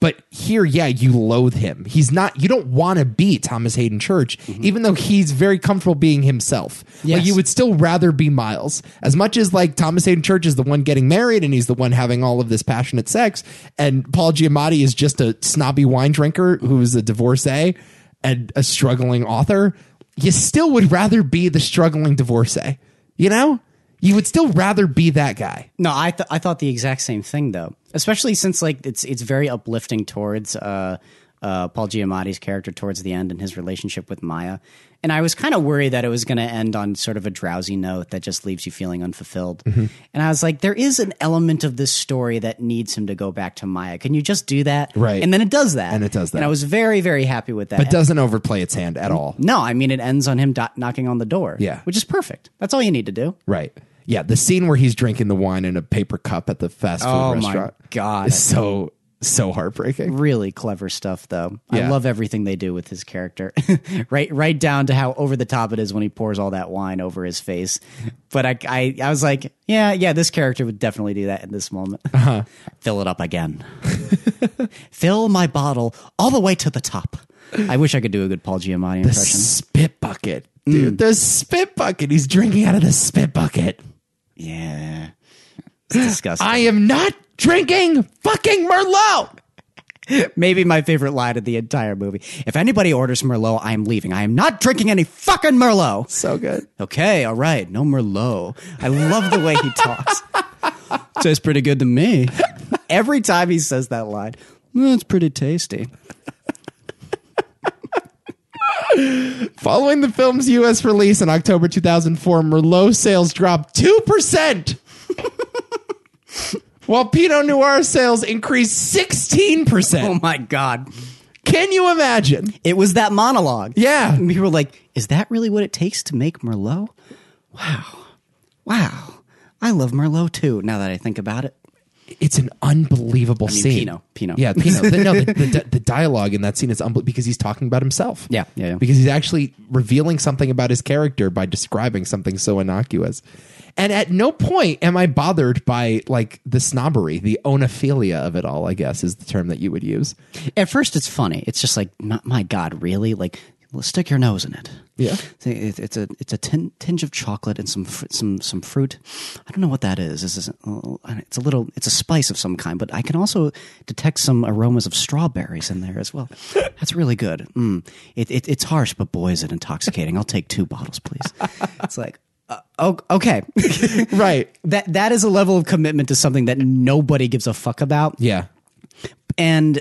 but here, yeah, you loathe him. He's not. You don't want to be Thomas Hayden Church, even though he's very comfortable being himself.
Yes.
Like you would still rather be Miles, as much as like Thomas Hayden Church is the one getting married and he's the one having all of this passionate sex, and Paul Giamatti is just a snobby wine drinker who's a divorcee and a struggling author. You still would rather be the struggling divorcee, you know? You would still rather be that guy.
No, I th- I thought the exact same thing though. Especially since like it's it's very uplifting towards uh uh Paul Giamatti's character towards the end and his relationship with Maya. And I was kind of worried that it was going to end on sort of a drowsy note that just leaves you feeling unfulfilled.
Mm-hmm.
And I was like there is an element of this story that needs him to go back to Maya. Can you just do that?
Right.
And then it does that.
And it does that.
And I was very very happy with that.
It doesn't overplay its hand at all.
no, I mean it ends on him do- knocking on the door.
Yeah.
Which is perfect. That's all you need to do.
Right. Yeah, the scene where he's drinking the wine in a paper cup at the fast food
Oh my
restaurant
god.
is so so heartbreaking.
really clever stuff though i
Yeah.
love everything they do with his character right right down to how over the top it is when he pours all that wine over his face but i i, I was like yeah yeah this character would definitely do that in this moment
Uh-huh.
fill it up again fill my bottle all the way to the top i wish i could do a good paul giamatti impression
Spit bucket,
Mm.
dude. The spit bucket. He's drinking out of the spit bucket.
yeah it's disgusting
I am not drinking fucking Merlot.
maybe my favorite line of the entire movie if anybody orders merlot i am leaving i am not drinking any fucking merlot
So good.
Okay, all right, no Merlot. I love the way he talks. Tastes pretty good to me. Every time he says that line, that's pretty tasty.
Following the film's US release in October 2004, Merlot sales dropped 2%. While Pinot Noir sales increased 16%.
Oh my God.
Can you imagine?
It was that monologue.
Yeah.
And people were like, is that really what it takes to make Merlot? Wow. Wow. I love Merlot too, now that I think about it.
it's an unbelievable scene.
Pino, Pino.
Yeah, Pino. the, no, the, the, the dialogue in that scene is unbelievable because he's talking about himself.
Yeah, yeah, yeah.
Because he's actually revealing something about his character by describing something so innocuous. And at no point am I bothered by like the snobbery, the onophilia of it all, I guess is the term that you would use.
At first, it's funny. It's just like, my, my God, really? Like, well, stick your nose in it.
Yeah.
It's a- It's, it's a it's a tin, tinge of chocolate and some fr- some some fruit. I don't know what that is. This is oh, it's a little it's a spice of some kind, but I can also detect some aromas of strawberries in there as well. That's really good. Mm. It, it it's harsh, but boy, is it intoxicating. I'll take two bottles, please. It's like uh, oh, okay.
Right.
that that is a level of commitment to something that nobody gives a fuck about
Yeah.
and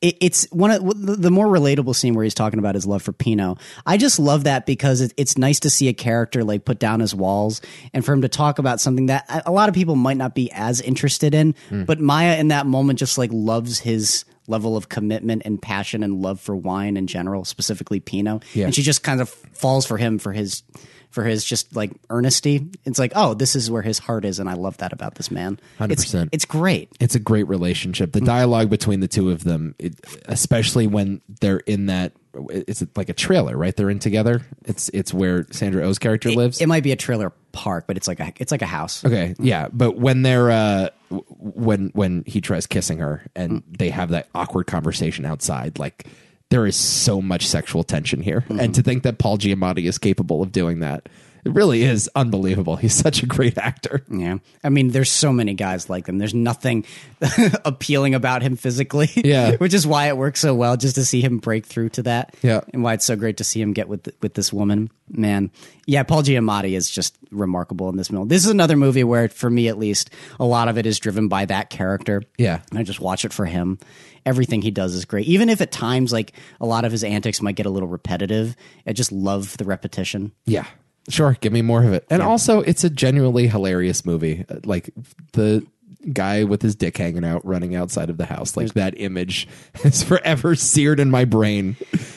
it, it's one of the- the more relatable scene where he's talking about his love for Pino. I just love that because it, it's nice to see a character like put down his walls and for him to talk about something that a- a lot of people might not be as interested in, but Maya in that moment just like loves his level of commitment and passion and love for wine in general, specifically Pinot.
Yeah.
And she just kind of falls for him for his for his just like earnesty. It's like, oh, this is where his heart is and I love that about this man. It's
100%.
it's great.
It's a great relationship. The dialogue between the two of them, it, especially when they're in that it's like a trailer, right? They're in together. It's it's where Sandra O's character lives.
It might be a trailer park, but it's like a it's like a house.
Okay, yeah, but when they're uh, w- when when he tries kissing her and they have that awkward conversation outside, like Mm-hmm. there is so much sexual tension here, and to think that Paul Giamatti is capable of doing that It really is unbelievable. He's such a great actor.
Yeah. I mean, there's so many guys like them. There's nothing appealing about him physically.
Yeah.
Which is why it works so well just to see him break through to that.
Yeah.
And why it's so great to see him get with with this woman. Man. Yeah, Paul Giamatti is just remarkable in this film. This is another movie where for me at least, a lot of it is driven by that character.
Yeah.
And I just watch it for him. Everything he does is great. Even if at times like a lot of his antics might get a little repetitive, I just love the repetition.
Yeah. Sure, give me more of it. And also, it's a genuinely hilarious movie. Uh, Like the guy with his dick hanging out running outside of the house. Like that image is forever seared in my brain.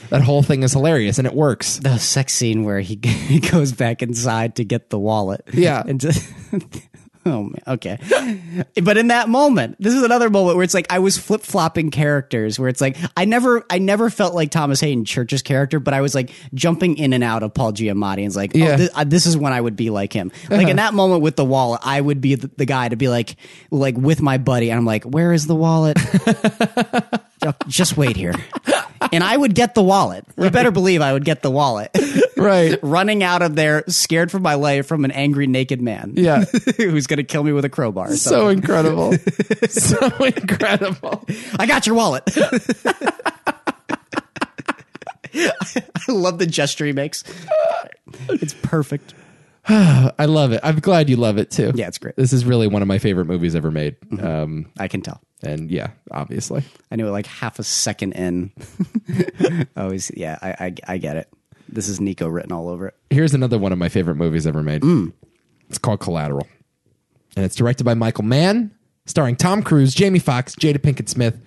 That whole thing is hilarious and it works.
the sex scene where he, he goes back inside to get the wallet.
Yeah.
And to- oh man, okay. But in that moment, this is another moment where it's like I was flip flopping characters. Where it's like I never I never felt like Thomas Hayden Church's character, but I was like jumping in and out of Paul Giamatti. And it's like,
Yeah.
oh, this, uh, this is when I would be like him. Like in that moment with the wallet, I would be the, the guy to be like like with my buddy, and I'm like, where is the wallet? Just wait here. And I would get the wallet. You better believe I would get the wallet.
Right.
running out of there, scared for my life from an angry naked man.
Yeah.
who's gonna kill me with a crowbar. or something.
So incredible. so incredible.
I got your wallet. I love the gesture he makes. It's perfect.
I love it. I'm glad you love it too.
Yeah, it's great.
This is really one of my favorite movies ever made. Um,
I can tell.
and yeah, obviously.
I knew it like half a second in. I was yeah, I, I I get it. This is Nico written all over it.
Here's another one of my favorite movies ever made. It's called Collateral. And it's directed by Michael Mann, starring Tom Cruise, Jamie Foxx, Jada Pinkett Smith,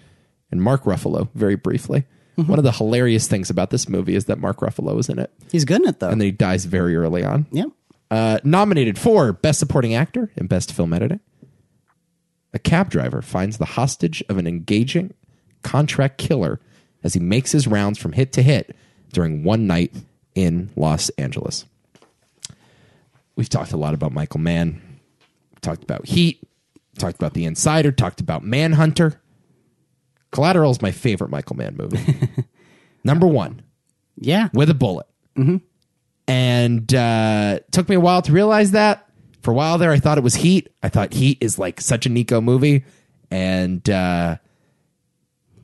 and Mark Ruffalo, very briefly. One of the hilarious things about this movie is that Mark Ruffalo is in it,
He's good in it though.
and then he dies very early on.
yeah.
Uh, nominated for Best Supporting Actor and Best Film Editing. A cab driver finds the hostage of an engaging contract killer as he makes his rounds from hit to hit during one night in Los Angeles. We've talked a lot about Michael Mann, talked about Heat, talked about The Insider, talked about Manhunter. Collateral is my favorite Michael Mann movie. Number one
Yeah.
with a bullet. And uh, took me a while to realize that. For a while there, I thought it was Heat. I thought Heat is like such a Nico movie, and uh,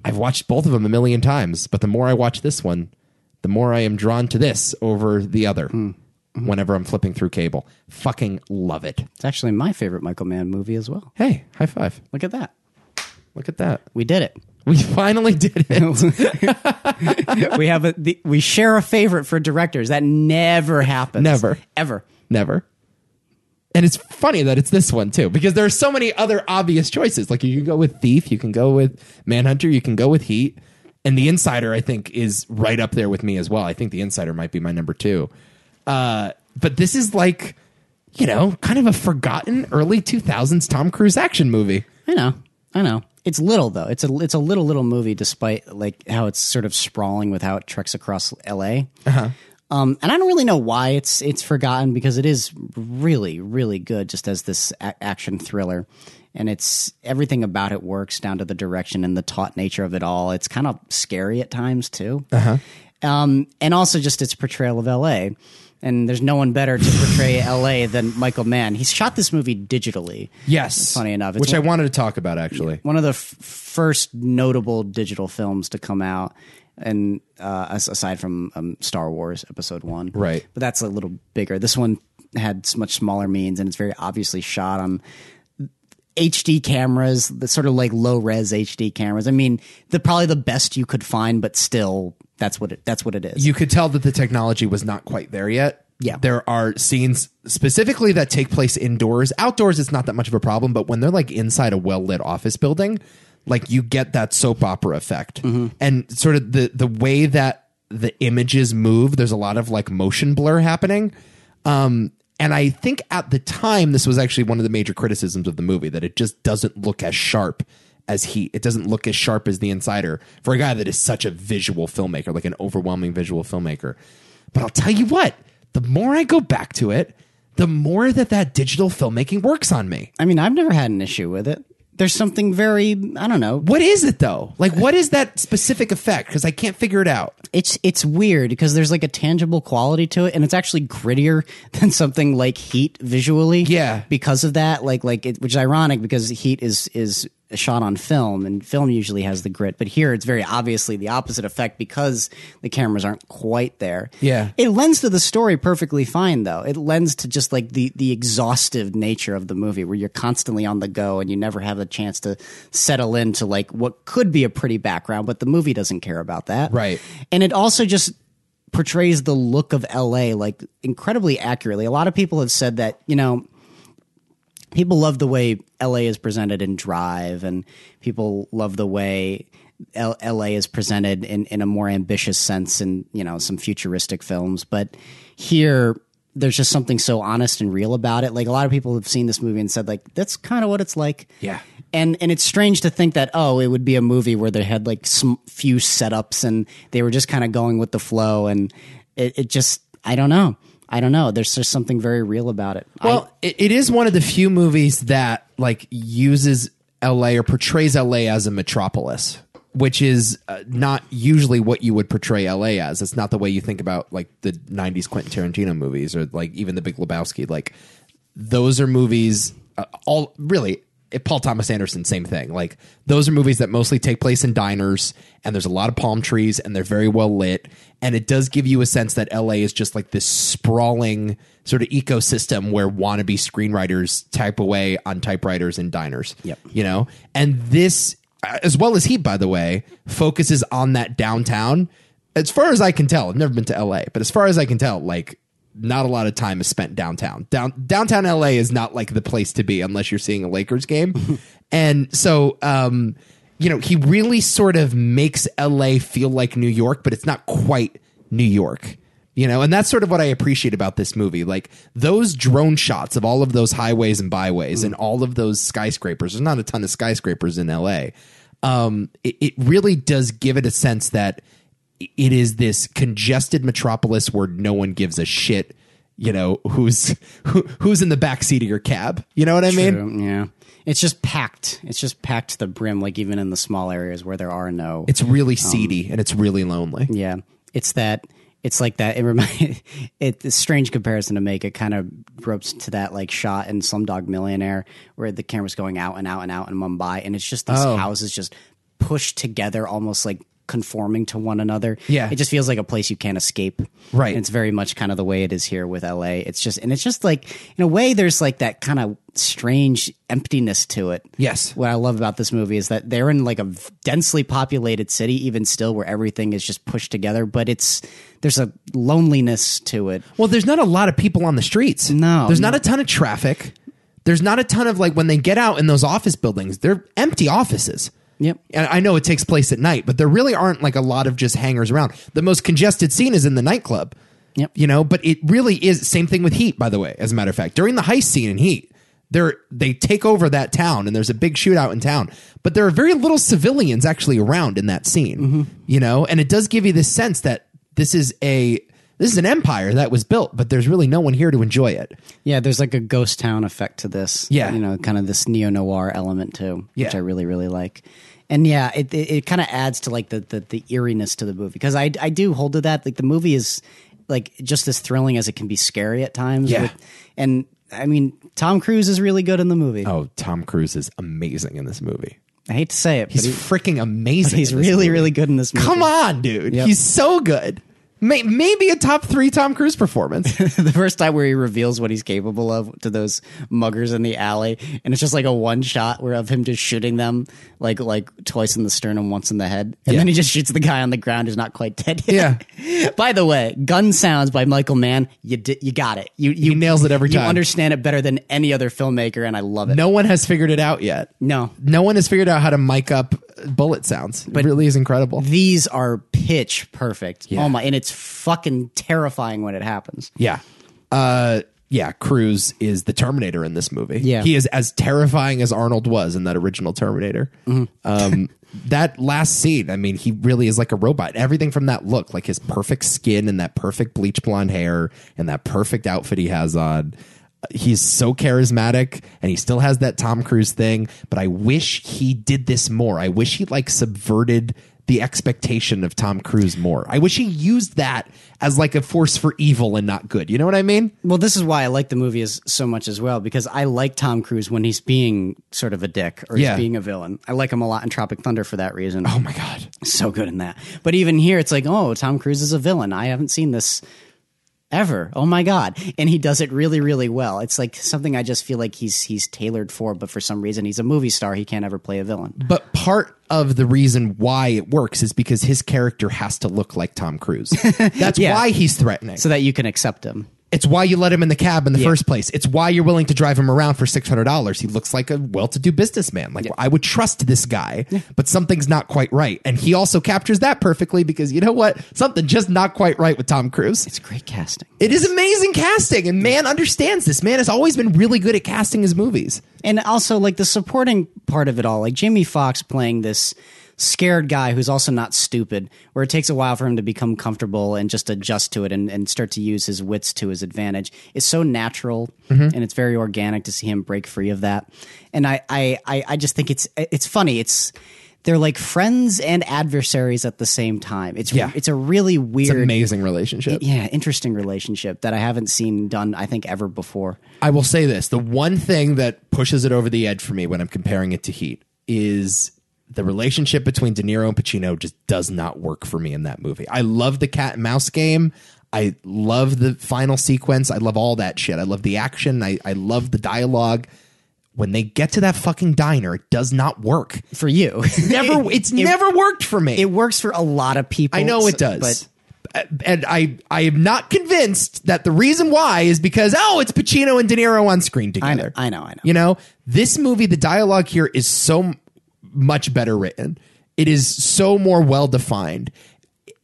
I've watched both of them a million times. But the more I watch this one, the more I am drawn to this over the other. Whenever I'm flipping through cable, fucking love it.
It's actually my favorite Michael Mann movie as well.
Hey, high five!
Look at that.
Look at that.
We did it.
We finally did it.
we have a the, we share a favorite for directors. That never happens.
Never.
Ever.
Never. And it's funny that it's this one too, because there are so many other obvious choices. Like you can go with Thief, you can go with Manhunter, you can go with Heat, and The Insider. I think is right up there with me as well. I think The Insider might be my number two. Uh, but this is like, you know, kind of a forgotten early two thousands Tom Cruise action movie.
I know. I know. It's little though. It's a it's a little little movie despite like how it's sort of sprawling with how it treks across LA. Um, and I don't really know why it's it's forgotten because it is really really good just as this a- action thriller, and it's everything about it works down to the direction and the taut nature of it all. It's kind of scary at times too, um, and also just its portrayal of LA. And there's no one better to portray LA than Michael Mann. He shot this movie digitally.
Yes,
funny enough, it's
which
one-
I wanted to talk about actually.
one of the f- first notable digital films to come out and uh, as- aside from um, star wars episode one
Right.
but that's a little bigger this one had s- much smaller means and it's very obviously shot on hd cameras the sort of like low res hd cameras i mean the probably the best you could find but still that's what it that's what it is
you could tell that the technology was not quite there yet.
Yeah.
There are scenes specifically that take place indoors. Outdoors, it's not that much of a problem, but when they're like inside a well lit office building, like you get that soap opera effect. And sort of the, the way that the images move, there's a lot of like motion blur happening. Um, and I think at the time, this was actually one of the major criticisms of the movie that it just doesn't look as sharp as Heat. It doesn't look as sharp as The Insider for a guy that is such a visual filmmaker, like an overwhelming visual filmmaker. But I'll tell you what, the more I go back to it, the more that that digital filmmaking works on me.
i mean i've never had an issue with it there's something very i don't know
What is it though? Like, what is that specific effect? Because I can't figure it out.
it's it's weird because there's like a tangible quality to it, and it's actually grittier than something like Heat visually.
Yeah.
because of that, like like it, which is ironic because Heat is is shot on film, and film usually has the grit, but here it's very obviously the opposite effect because the cameras aren't quite there.
Yeah.
it lends to the story perfectly fine though. It lends to just like the the exhaustive nature of the movie, where you're constantly on the go and you never have a chance to settle into like what could be a pretty background, but the movie doesn't care about that.
Right.
And it also just portrays the look of LA like incredibly accurately. A lot of people have said that, you know, people love the way LA is presented in Drive, and people love the way L- LA is presented in, in a more ambitious sense in you know some futuristic films. But here, there's just something so honest and real about it. Like a lot of people have seen this movie and said like that's kind of what it's like.
Yeah.
And and it's strange to think that oh it would be a movie where they had like some few setups and they were just kind of going with the flow and it, it just I don't know I don't know there's just something very real about it. I-
Well, it, it is one of the few movies that like uses LA or portrays LA as a metropolis, which is uh, not usually what you would portray LA as. It's not the way you think about like the '90s Quentin Tarantino movies or like even The Big Lebowski. Like those are movies. Uh, all really. It, Paul Thomas Anderson, same thing. Like those are movies that mostly take place in diners, and there's a lot of palm trees, and they're very well lit, and it does give you a sense that LA is just like this sprawling sort of ecosystem where wannabe screenwriters type away on typewriters in diners.
Yep.
You know, and this, uh, as well as Heat, by the way, focuses on that downtown. As far as I can tell, I've never been to LA, but as far as I can tell, like not a lot of time is spent downtown. Down downtown LA is not like the place to be unless you're seeing a Lakers game. and so um you know, he really sort of makes LA feel like New York, but it's not quite New York. You know, and that's sort of what I appreciate about this movie. Like those drone shots of all of those highways and byways and all of those skyscrapers. There's not a ton of skyscrapers in LA. Um, it, it really does give it a sense that it is this congested metropolis where no one gives a shit. You know who's who, who's in the back seat of your cab. You know what I mean?
True, yeah. It's just packed. It's just packed to the brim, like even in the small areas where there are no.
It's really seedy and it's really lonely.
yeah. It's that. It's like that. It reminds. It's a strange comparison to make. It kind of ropes to that like shot in Slumdog Millionaire where the camera's going out and out and out in Mumbai, and it's just these
Oh.
houses just pushed together, almost like conforming to one another.
Yeah.
It just feels like a place you can't escape.
Right.
And it's very much kind of the way it is here with LA. It's just and it's just like in a way there's like that kind of strange emptiness to it.
Yes.
What I love about this movie is that they're in like a v- densely populated city, even still, where everything is just pushed together. But it's there's a loneliness to it.
Well, there's not a lot of people on the streets.
No,
There's not a ton of traffic. There's not a ton of like when they get out in those office buildings, they're empty offices.
Yep.
And I know it takes place at night, but there really aren't like a lot of just hangers around. The most congested scene is in the nightclub.
Yep.
You know, but it really is same thing with Heat, by the way, as a matter of fact. During the heist scene in Heat, they're they take over that town and there's a big shootout in town. But there are very little civilians actually around in that scene. You know, and it does give you this sense that this is a this is an empire that was built, but there's really no one here to enjoy it.
Yeah, there's like a ghost town effect to this.
Yeah.
You know, kind of this neo noir element too,
Yeah.
which I really, really like. And yeah, it it, it kind of adds to like the, the the eeriness to the movie because I I do hold to that like the movie is like just as thrilling as it can be scary at times.
Yeah.
and I mean, Tom Cruise is really good in the movie.
Oh, Tom Cruise is amazing in this movie.
I hate to say it, but
He's
he,
freaking amazing.
he's
in this
really,
movie.
really good in this movie.
Come on, dude. He's so good. May- maybe a top three Tom Cruise performance.
the first time where he reveals what he's capable of to those muggers in the alley, and it's just like a one shot where of him just shooting them like like twice in the sternum, once in the head, and
Yeah.
then he just shoots the guy on the ground who's not quite dead. Yet.
Yeah.
by the way, "Gun Sounds" by Michael Mann. You di- you got it. You you
He nails it every
You
time.
understand it better than any other filmmaker, and I love it.
no one has figured it out yet.
no.
No one has figured out how to mic up bullet sounds. it really is incredible.
These are pitch perfect. Oh my! And it's fucking terrifying when it happens.
Yeah. Uh, yeah, Cruz is the Terminator in this movie.
Yeah.
He is as terrifying as Arnold was in that original Terminator. Um, that last scene, I mean, he really is like a robot. Everything from that look, like his perfect skin and that perfect bleach blonde hair and that perfect outfit he has on. He's so charismatic and he still has that Tom Cruise thing, but I wish he did this more. I wish he like subverted the expectation of Tom Cruise more. I wish he used that as like a force for evil and not good. You know what I mean?
Well, this is why I like the movie as, so much as well because I like Tom Cruise when he's being sort of a dick or
Yeah.
he's being a villain. I like him a lot in Tropic Thunder for that reason.
Oh my god.
so good in that. But even here, it's like, oh, Tom Cruise is a villain. I haven't seen this ever. Oh my god! And he does it really, really well. It's like something I just feel like he's he's tailored for. But for some reason, he's a movie star. He can't ever play a villain.
But part of the reason why it works is because his character has to look like Tom Cruise. That's
Yeah.
why he's threatening.
So that you can accept him.
It's why you let him in the cab in the first place. It's why you're willing to drive him around for six hundred dollars. He looks like a well-to-do businessman. Like I would trust this guy, but something's not quite right. And he also captures that perfectly because you know what? Something just not quite right with Tom Cruise.
It's great casting.
It is amazing casting, and man understands this. Man has always been really good at casting his movies.
And also like the supporting part of it all, like Jamie Foxx playing this scared guy who's also not stupid, where it takes a while for him to become comfortable and just adjust to it and, and start to use his wits to his advantage. It's so natural and it's very organic to see him break free of that. And I, I, I, I just think it's it's funny. It's they're like friends and adversaries at the same time. It's
Yeah.
it's a really weird
Amazing relationship.
yeah, interesting relationship that I haven't seen done I think ever before.
I will say this: the one thing that pushes it over the edge for me when I'm comparing it to Heat is the relationship between De Niro and Pacino just does not work for me in that movie. I love the cat and mouse game. I love the final sequence. I love all that shit. I love the action. I, I love the dialogue. When they get to that fucking diner, it does not work.
For you.
Never, it's never worked for me.
it works for a lot of people.
I know it
so-
does.
But
and I, I am not convinced that the reason why is because oh, it's Pacino and De Niro on screen
I
together.
know, I know, I know.
You know, this movie, the dialogue here is so m- much better written. It is so more well defined.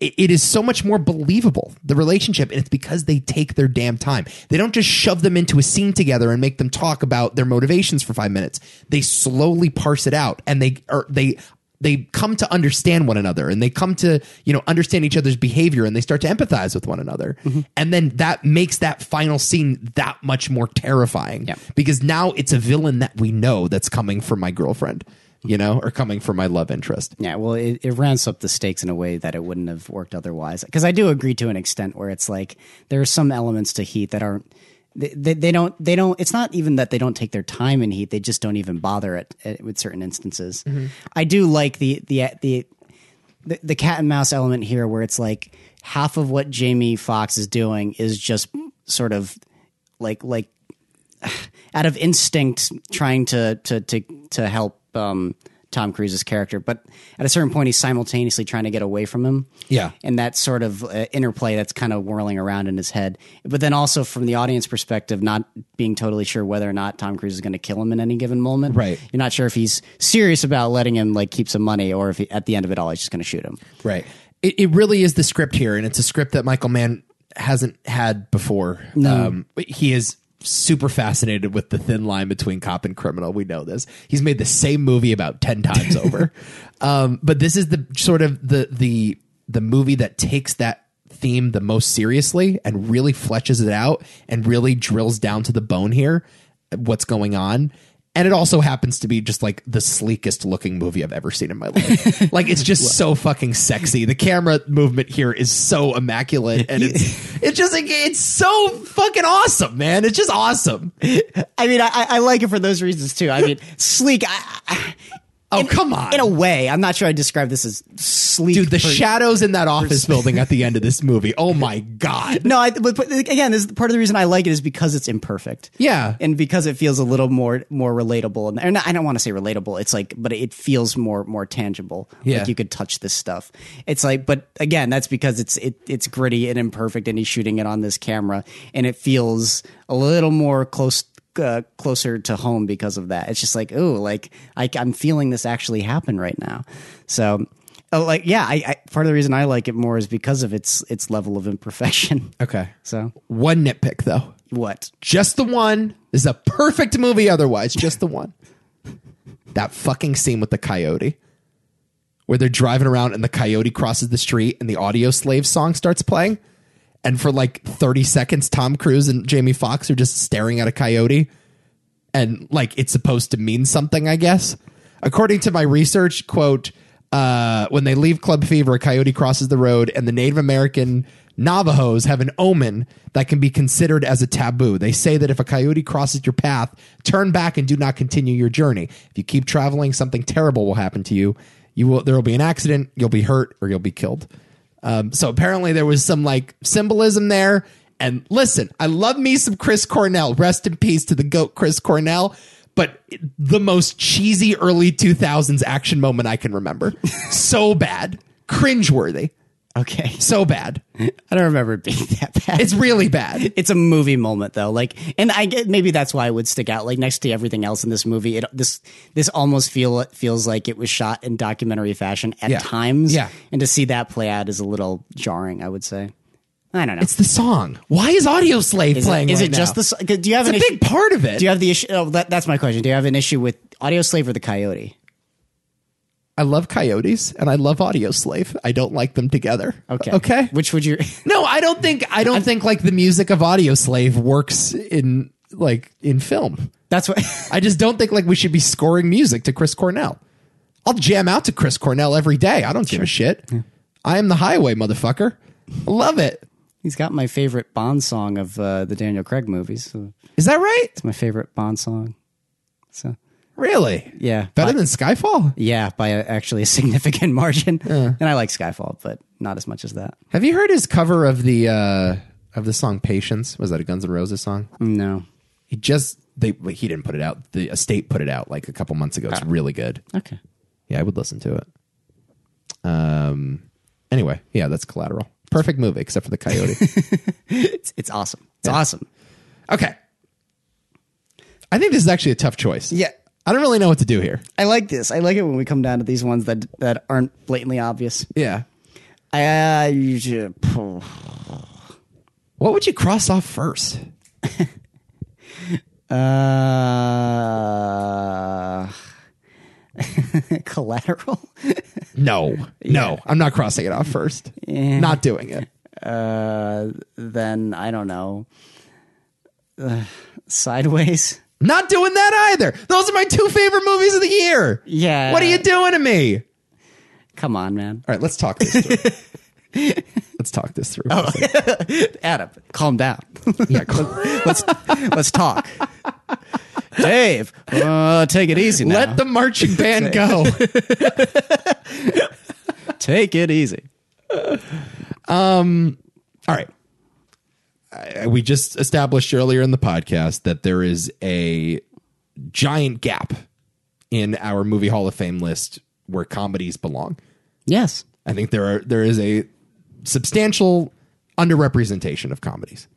It it is so much more believable, the relationship. And it's because they take their damn time. They don't just shove them into a scene together and make them talk about their motivations for five minutes. They slowly parse it out and they are, they, they come to understand one another and they come to you know understand each other's behavior and they start to empathize with one another and then that makes that final scene that much more terrifying
Yeah.
because now it's a villain that we know that's coming for my girlfriend you know or coming for my love interest
Yeah, well, it, it ramps up the stakes in a way that it wouldn't have worked otherwise. Because I do agree to an extent where it's like there are some elements to Heat that aren't. They, they, they don't. They don't. It's not even that they don't take their time in Heat. They just don't even bother it, it with certain instances.
Mm-hmm.
I do like the the the the, the cat and mouse element here where it's like half of what Jamie Fox is doing is just sort of like like out of instinct trying to to to to help um Tom Cruise's character, but at a certain point, he's simultaneously trying to get away from him.
Yeah.
and that sort of uh, interplay that's kind of whirling around in his head. But then also from the audience perspective, not being totally sure whether or not Tom Cruise is going to kill him in any given moment.
Right.
you're not sure if he's serious about letting him like keep some money, or if he, at the end of it all, he's just going to shoot him.
right it, it really is the script here and it's a script that michael mann hasn't had before um, he is super fascinated with the thin line between cop and criminal we know this he's made the same movie about 10 times over um, but this is the sort of the the the movie that takes that theme the most seriously and really fletches it out and really drills down to the bone here what's going on and it also happens to be just like the sleekest looking movie I've ever seen in my life. like it's just so fucking sexy. The camera movement here is so immaculate, and it's it's just like, it's so fucking awesome, man. It's just awesome.
I mean, I, I- I like it for those reasons too. I mean, sleek. I, I,
Oh come on,
in a way, I'm not sure I describe this as sleek.
dude. The
per-
shadows in that office building at the end of this movie. Oh my god.
No, I, but, but again, this is part of the reason I like it is because it's imperfect.
Yeah.
and because it feels a little more more relatable, and, and I don't want to say relatable. It's like, but it feels more more tangible.
Yeah.
like you could touch this stuff. It's like, but again, that's because it's it it's gritty and imperfect, and he's shooting it on this camera, and it feels a little more close. Uh, closer to home because of that. It's just like, oh, like I, I'm feeling this actually happen right now. So, oh, like, yeah, I, I part of the reason I like it more is because of its its level of imperfection.
Okay.
So
One nitpick though,
what?
just the one. This is a perfect movie. Otherwise, just the one. That fucking scene with the coyote. where they're driving around and the coyote crosses the street and the audio slave song starts playing. And for like 30 seconds, Tom Cruise and Jamie Foxx are just staring at a coyote. And like it's supposed to mean something, I guess. According to my research, quote, Uh, when they leave Club Fever, a coyote crosses the road, and the Native American Navajos have an omen that can be considered as a taboo. They say that if a coyote crosses your path, turn back and do not continue your journey. If you keep traveling, something terrible will happen to you. You will there will be an accident, you'll be hurt, or you'll be killed. Um, so apparently there was some like symbolism there. And listen, I love me some Chris Cornell. Rest in peace to the goat Chris Cornell. But the most cheesy early 2000s action moment I can remember. so bad. Cringeworthy.
Okay.
So bad.
I don't remember it being that bad.
It's really bad.
it's a movie moment though like and i get maybe that's why it would stick out like next to everything else in this movie it this this almost feel feels like it was shot in documentary fashion at
Yeah.
times
Yeah.
and to see that play out is a little jarring i would say i don't know
It's the song. Why is Audio Slave
is
playing?
it, is
right
it just
now?
this do you have an
It's a
issue
big part of it.
do you have the issue oh that, that's my question do you have an issue with audio slave or the coyote
I love coyotes and I love Audio Slave. I don't like them together.
okay
Okay.
which would you
No, I don't think I don't think like the music of Audio Slave works in like in film.
that's what
I just don't think like we should be scoring music to Chris Cornell. I'll jam out to Chris Cornell every day. I don't give a shit. I am the highway motherfucker. I love it.
he's got my favorite bond song of uh, the daniel craig movies so
Is that right?
it's my favorite bond song so
Really?
yeah
Better than Skyfall?
Yeah, by a, actually a significant margin. And I like Skyfall, but not as much as that.
Have you heard his cover of the uh of the song Patience? Was that a Guns N' Roses song?
No.
He just they well, he didn't put it out. The estate put it out like a couple months ago. It's really good.
Okay.
Yeah, I would listen to it. Um. Anyway, yeah, that's Collateral. Perfect movie except for the coyote.
It's, it's awesome. It's awesome.
okay. I think this is actually a tough choice.
Yeah.
I don't really know what to do here.
I like this. I like it when we come down to these ones that that aren't blatantly obvious.
Yeah.
I, uh, you should-
What would you cross off first?
uh, collateral.
No, no, I'm not crossing it off first. Not doing it.
Uh, then I don't know. Uh, sideways.
Not doing that either. Those are my two favorite movies of the year.
Yeah.
What are you doing to me?
Come on, man.
All right, let's talk this through. let's talk this through. Oh,
Adam, calm down.
yeah.
let's let's talk. Dave, uh, take it easy now.
Let the marching band go.
take it easy.
All right. I- We just established earlier in the podcast that there is a giant gap in our movie Hall of Fame list where comedies belong.
Yes.
I think there are there is a substantial underrepresentation of comedies.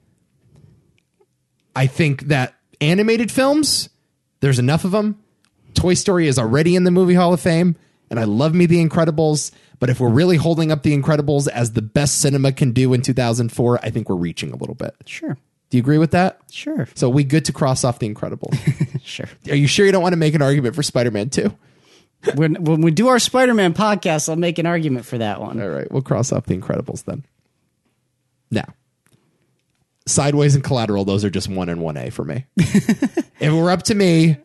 I think that animated films, there's enough of them. Toy Story is already in the movie Hall of Fame, and I love me The Incredibles. But if we're really holding up The Incredibles as the best cinema can do in 2004, I think we're reaching a little bit.
Sure.
Do you agree with that?
Sure.
So we good to cross off The Incredibles.
Sure.
are you sure you don't want to make an argument for Spider-Man 2?
When when we do our Spider-Man podcast, I'll make an argument for that one.
All right, we'll cross off the Incredibles then. Now, Sideways and Collateral, those are just one and one A for me. if it were up to me,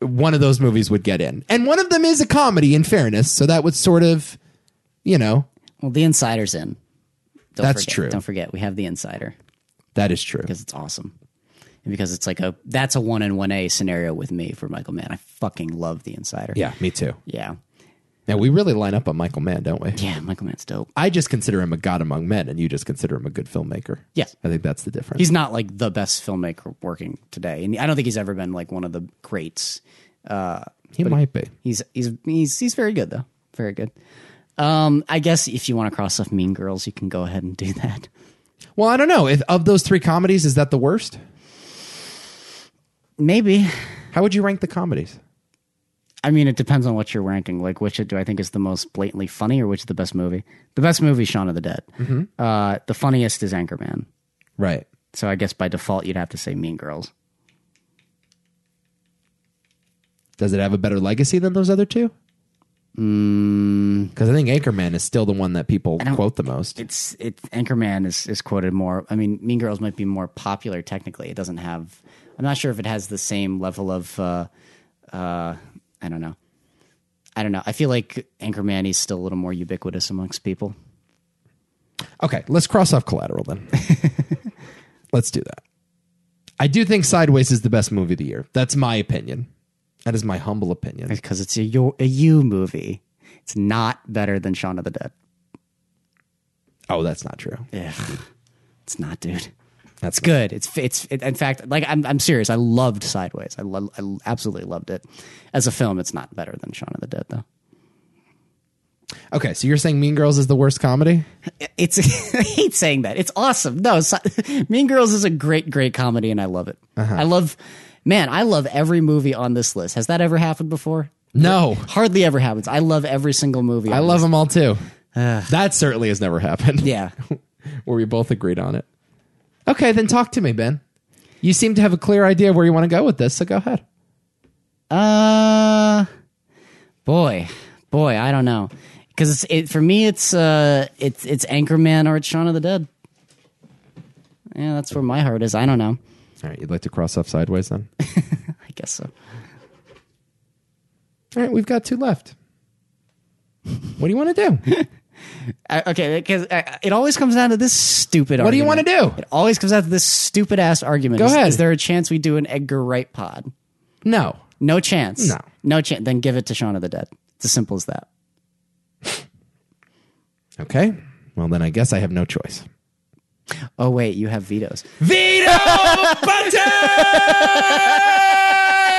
one of those movies would get in, and one of them is a comedy. In fairness, so that would sort of, you know,
Well, the insider's in. Don't
That's
forget-
true.
Don't forget, we have the insider
that is true.
because it's awesome, and because it's like a that's a one in one a scenario with me for Michael Mann. I fucking love the insider.
Yeah, me too.
Yeah.
Now we really line up on Michael Mann, don't we?
Yeah. Michael Mann's dope.
I just consider him a god among men, and you just consider him a good filmmaker.
Yes.
I think that's the difference.
he's not like the best filmmaker working today, and I don't think he's ever been like one of the greats. Uh,
he might be.
he's he's he's he's very good though, very good. Um, I guess if you want to cross off Mean Girls, you can go ahead and do that.
Well, I don't know. If of those three comedies, is that the worst?
Maybe.
How would you rank the comedies?
I mean, it depends on what you're ranking. Like, which do I think is the most blatantly funny, or which is the best movie? The best movie, is Shaun of the Dead. Uh, the funniest is Anchorman.
Right.
So I guess by default, you'd have to say Mean Girls.
Does it have a better legacy than those other two? Because Mm, I think Anchorman is still the one that people quote the most.
it's it Anchorman is is quoted more. I mean, Mean Girls might be more popular technically. It doesn't have. I'm not sure if it has the same level of. Uh, uh, I don't know. I don't know. I feel like Anchorman is still a little more ubiquitous amongst people.
Okay, let's cross off Collateral then. let's do that. I do think Sideways is the best movie of the year. That's my opinion. That is my humble opinion.
because it's a you, a you movie. It's not better than Shaun of the Dead.
Oh, that's not true.
Ugh. It's not, dude.
That's
It's good. It's it's it, in fact like I'm I'm serious. I loved Sideways. I lo- I absolutely loved it. As a film, it's not better than Shaun of the Dead though.
Okay, so you're saying Mean Girls is the worst comedy?
It's I hate saying that. It's awesome. No, si- Mean Girls is a great great comedy and I love it.
Uh-huh.
I love man, I love every movie on this list. Has that ever happened before?
No.
Hardly ever happens. I love every single movie.
I love them all too. that certainly has never happened.
Yeah.
Where we both agreed on it. Okay, then talk to me, Ben. You seem to have a clear idea of where you want to go with this, so go ahead.
Uh, boy, boy, I don't know. Because it for me, it's uh, it's it's Anchorman or it's Shaun of the Dead. Yeah, that's where my heart is. I don't know.
All right, you'd like to cross off sideways then?
I guess so.
all right, we've got two left. What do you want to do?
I, okay, because it always comes down to this stupid.
What do you want to do?
It always comes down to this stupid ass argument.
Go
is,
ahead.
Is there a chance we do an Edgar Wright pod?
No.
No chance.
No.
No chance. Then give it to Shaun of the Dead. It's as simple as that.
Okay. Well, then I guess I have no choice.
Oh wait, you have vetoes.
Veto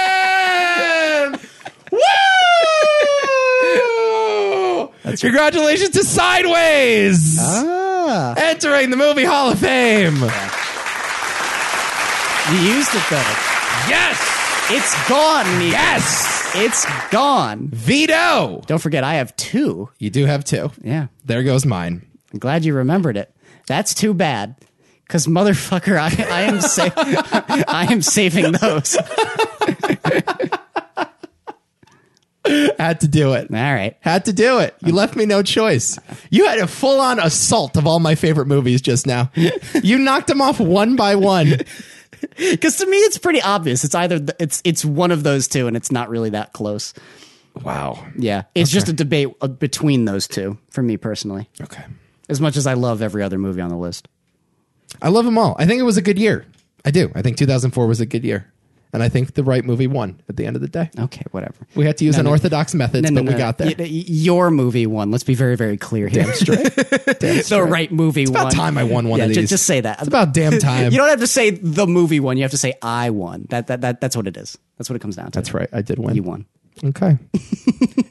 button! Woo! Congratulations to Sideways!
Ah,
Entering the Movie Hall of Fame!
you used it though.
Yes!
It's gone. Nico.
Yes!
It's gone.
Veto!
Don't forget, I have two.
You do have two.
Yeah.
There goes mine.
I'm glad you remembered it. That's too bad. Cause motherfucker, I, I am sa- I am saving those. All
Had to do it.
right.
Had to do it. You left me no choice. You had a full on assault of all my favorite movies just now. You knocked them off one by one.
Cause to me, it's pretty obvious. It's either th- it's it's one of those two, and it's not really that close.
Wow.
Yeah, it's just a debate uh, between those two for me personally.
Okay.
As much as I love every other movie on the list,
I love them all. I think it was a good year. I do. I think 2004 was a good year. And I think the right movie won at the end of the day.
okay, whatever.
We had to use unorthodox methods,
Oh. No,
but
no,
we got there.
Y- y- your movie won. Let's be very very clear here. the right movie
It's
won.
about time I won one
yeah,
of
ju-
these.
just say that.
It's about damn time.
You don't have to say the movie won. You have to say I won. That that, that that's what it is. That's what it comes down to.
That's right. I did win.
You won.
Okay.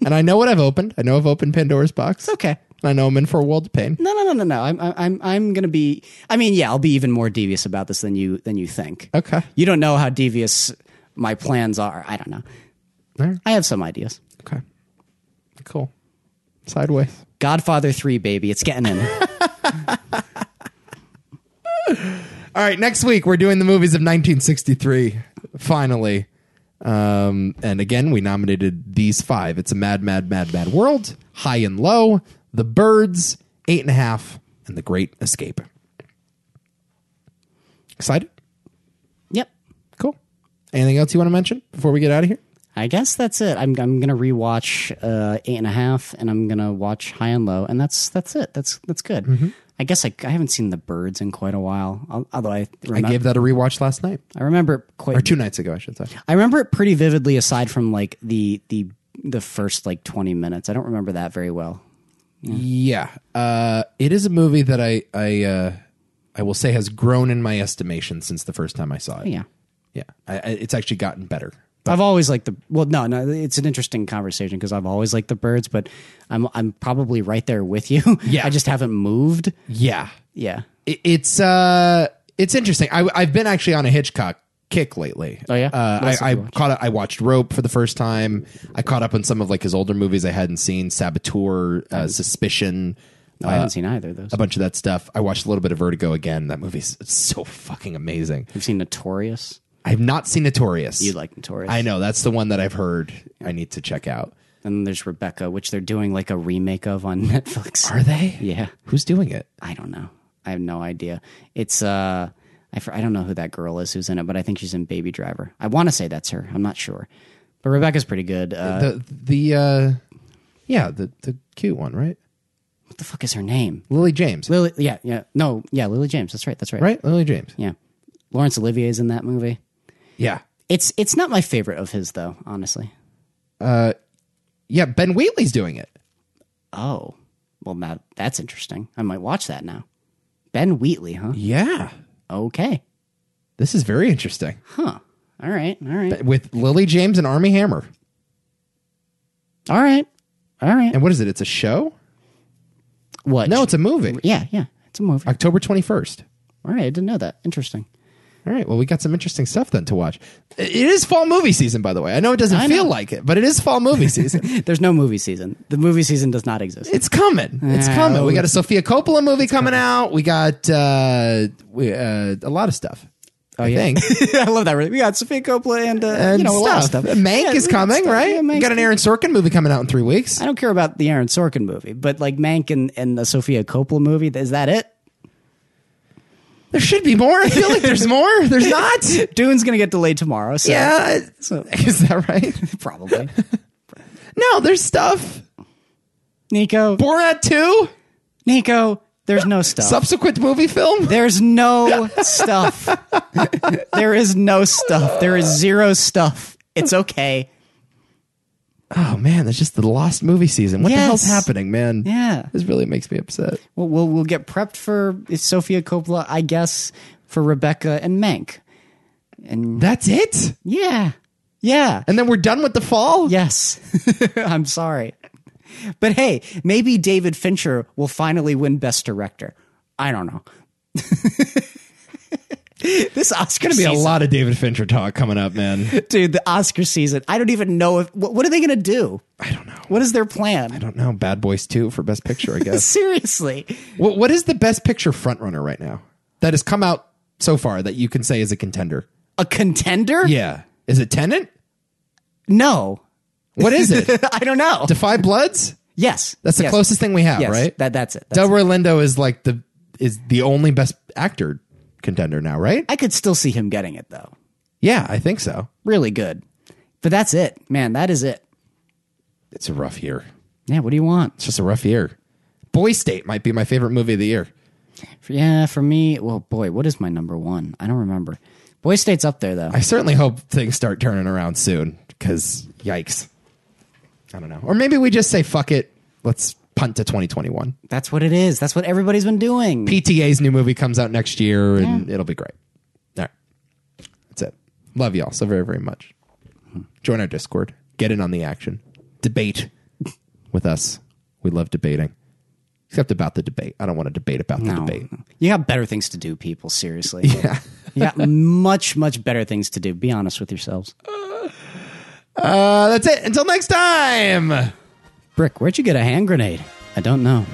and I know what I've opened. I know I've opened Pandora's box.
It's okay.
And I know I'm in for a world of pain.
No no no no no. I'm I'm- I'm I'm gonna be. I mean, yeah, I'll be even more devious about this than you than you think.
Okay.
You don't know how devious my plans are. I don't know.
All right.
I have some ideas.
Okay. Cool. Sideways.
Godfather three, baby, it's getting in.
All right, next week we're doing the movies of 1963, finally. Um, and again, we nominated these five. It's a Mad, Mad, Mad, Mad World, High and Low, The Birds, Eight and a Half, and The Great Escape. Excited?
yep.
Cool. Anything else you want to mention before we get out of here?
I guess that's it. I'm I'm gonna rewatch uh, eight and a half, and I'm gonna watch High and Low, and that's that's it. That's that's good.
Mm-hmm.
I guess I, I haven't seen The Birds in quite a while. al- Although I
I
remember, I,
gave that a rewatch last night,
remember it quite.
or two nights ago, I should say.
I remember it pretty vividly, aside from like the the the first like 20 minutes. I don't remember that very well.
Yeah, uh, it is a movie that I I uh, I will say has grown in my estimation since the first time I saw it.
Yeah,
yeah, I, I, it's actually gotten better.
I've always liked the well. No, no, it's an interesting conversation because I've always liked the birds, but I'm I'm probably right there with you.
Yeah.
I just haven't moved.
Yeah,
Yeah.
It- it's uh, it's interesting. I, I've been actually on a Hitchcock kick lately.
Oh, yeah? What
uh,
else
I, I
have you
caught. up- I watched Rope for the first time. I caught up on some of like his older movies I hadn't seen, Saboteur, uh, Suspicion.
No, I
Uh,
haven't seen either of those.
A bunch of that stuff. I watched a little bit of Vertigo again. That movie's so fucking amazing.
I've seen Notorious.
I've not seen Notorious.
You like Notorious?
I know that's the one that I've heard. I need to check out.
And then there's Rebecca, which they're doing like a remake of on Netflix.
Are they?
Yeah,
Who's doing it?
I don't know. I have no idea. It's uh, I fr- I don't know who that girl is who's in it, but I think she's in Baby Driver. I want to say that's her. I'm not sure, but Rebecca's pretty good. Uh,
The the uh, Yeah, the the cute one, right?
What the fuck is her name?
Lily James,
Lily. Yeah, yeah. No, yeah, Lily James. That's right. That's right.
right? Lily James.
Yeah. Lawrence Olivier's in that movie.
Yeah,
It's it's not my favorite of his though, honestly.
yeah. Ben Wheatley's doing it.
Oh, well, that that's interesting. I might watch that now. Ben Wheatley, huh?
Yeah,
Okay.
this is very interesting.
Huh. All right. All right.
With Lily James and Army Hammer,
All right. All right.
and what is it? It's a show?
What?
No, it's a movie.
Yeah, yeah. It's a movie.
October twenty first.
All right. I didn't know that. Interesting.
All right. Well, we got some interesting stuff then to watch. It is fall movie season, by the way. I know it doesn't feel like it, but it is fall movie season.
There's no movie season. The movie season does not exist.
It's coming. It's
Yeah,
coming.
well,
We got a Sophia Coppola movie coming out. We got uh, we, uh, a lot of stuff. I think.
I love that. We got Sophia Coppola and, uh,
And
Oh, you know a lot of
stuff.
stuff.
Mank
Yeah,
is
we got
coming,
stuff.
right?
Yeah,
we
Mank's
got an Aaron Sorkin movie coming out in three weeks.
I don't care about the Aaron Sorkin movie, but like Mank and, and the Sophia Coppola movie, is that it?
There should be more. I feel like there's more. There's not.
Dune's gonna get delayed tomorrow, so
Yeah.
So-
Is that right?
probably.
No, there's stuff.
Nico,
Borat 2,
Nico, there's no stuff.
subsequent movie film.
there's no stuff. there is no stuff. There is zero stuff. It's okay.
Oh, man. That's just the lost movie season. What the
Yes.
hell's happening, man?
Yeah.
This really makes me upset.
We'll we'll, we'll get prepped for Sophia Coppola, I guess, for Rebecca and Mank. And
That's it?
yeah. Yeah.
And then we're done with the fall?
Yes. I'm sorry. But hey, maybe David Fincher will finally win Best Director. I don't know. this Oscar
There's gonna be a
season-
lot of David Fincher talk coming up, man.
dude. The Oscar season. I don't even know if what, what are they going to do.
I don't know.
What is their plan?
I don't know. Bad Boys 2 for Best Picture, I guess.
Seriously,
what, what is the Best Picture frontrunner right now that has come out so far that you can say is a contender?
a contender?
Yeah. Is it Tenant?
No,
What is it?
I don't know.
Defy Bloods?
yes,
That's the
Yes.
closest thing we have,
Yes.
right?
That that's it. That's
Del Orlando is like the is the only Best Actor contender now, right?
I could still see him getting it though.
Yeah, I think so.
Really good, but that's it, man. That is it.
It's a rough year.
Yeah. What do you want?
It's just a rough year. Boy State might be my favorite movie of the year.
For- Yeah, for me, well, boy, what is my number one? I don't remember. Boy State's up there though.
I certainly hope things start turning around soon because yikes. I don't know. Or maybe we just say fuck it. Let's punt to 2021.
That's what it is. That's what everybody's been doing.
PTA's new movie comes out next year and it'll be great. All right. That's it. Love y'all so very, very much. Join our Discord. Get in on the action. Debate with us. We love debating. Except about the debate. I don't want to debate about the
No.
debate.
You got better things to do, people. Seriously. Yeah. you got much, much better things to do. Be honest with yourselves.
Uh, that's it. Until next time.
Brick, where'd you get a hand grenade? I don't know.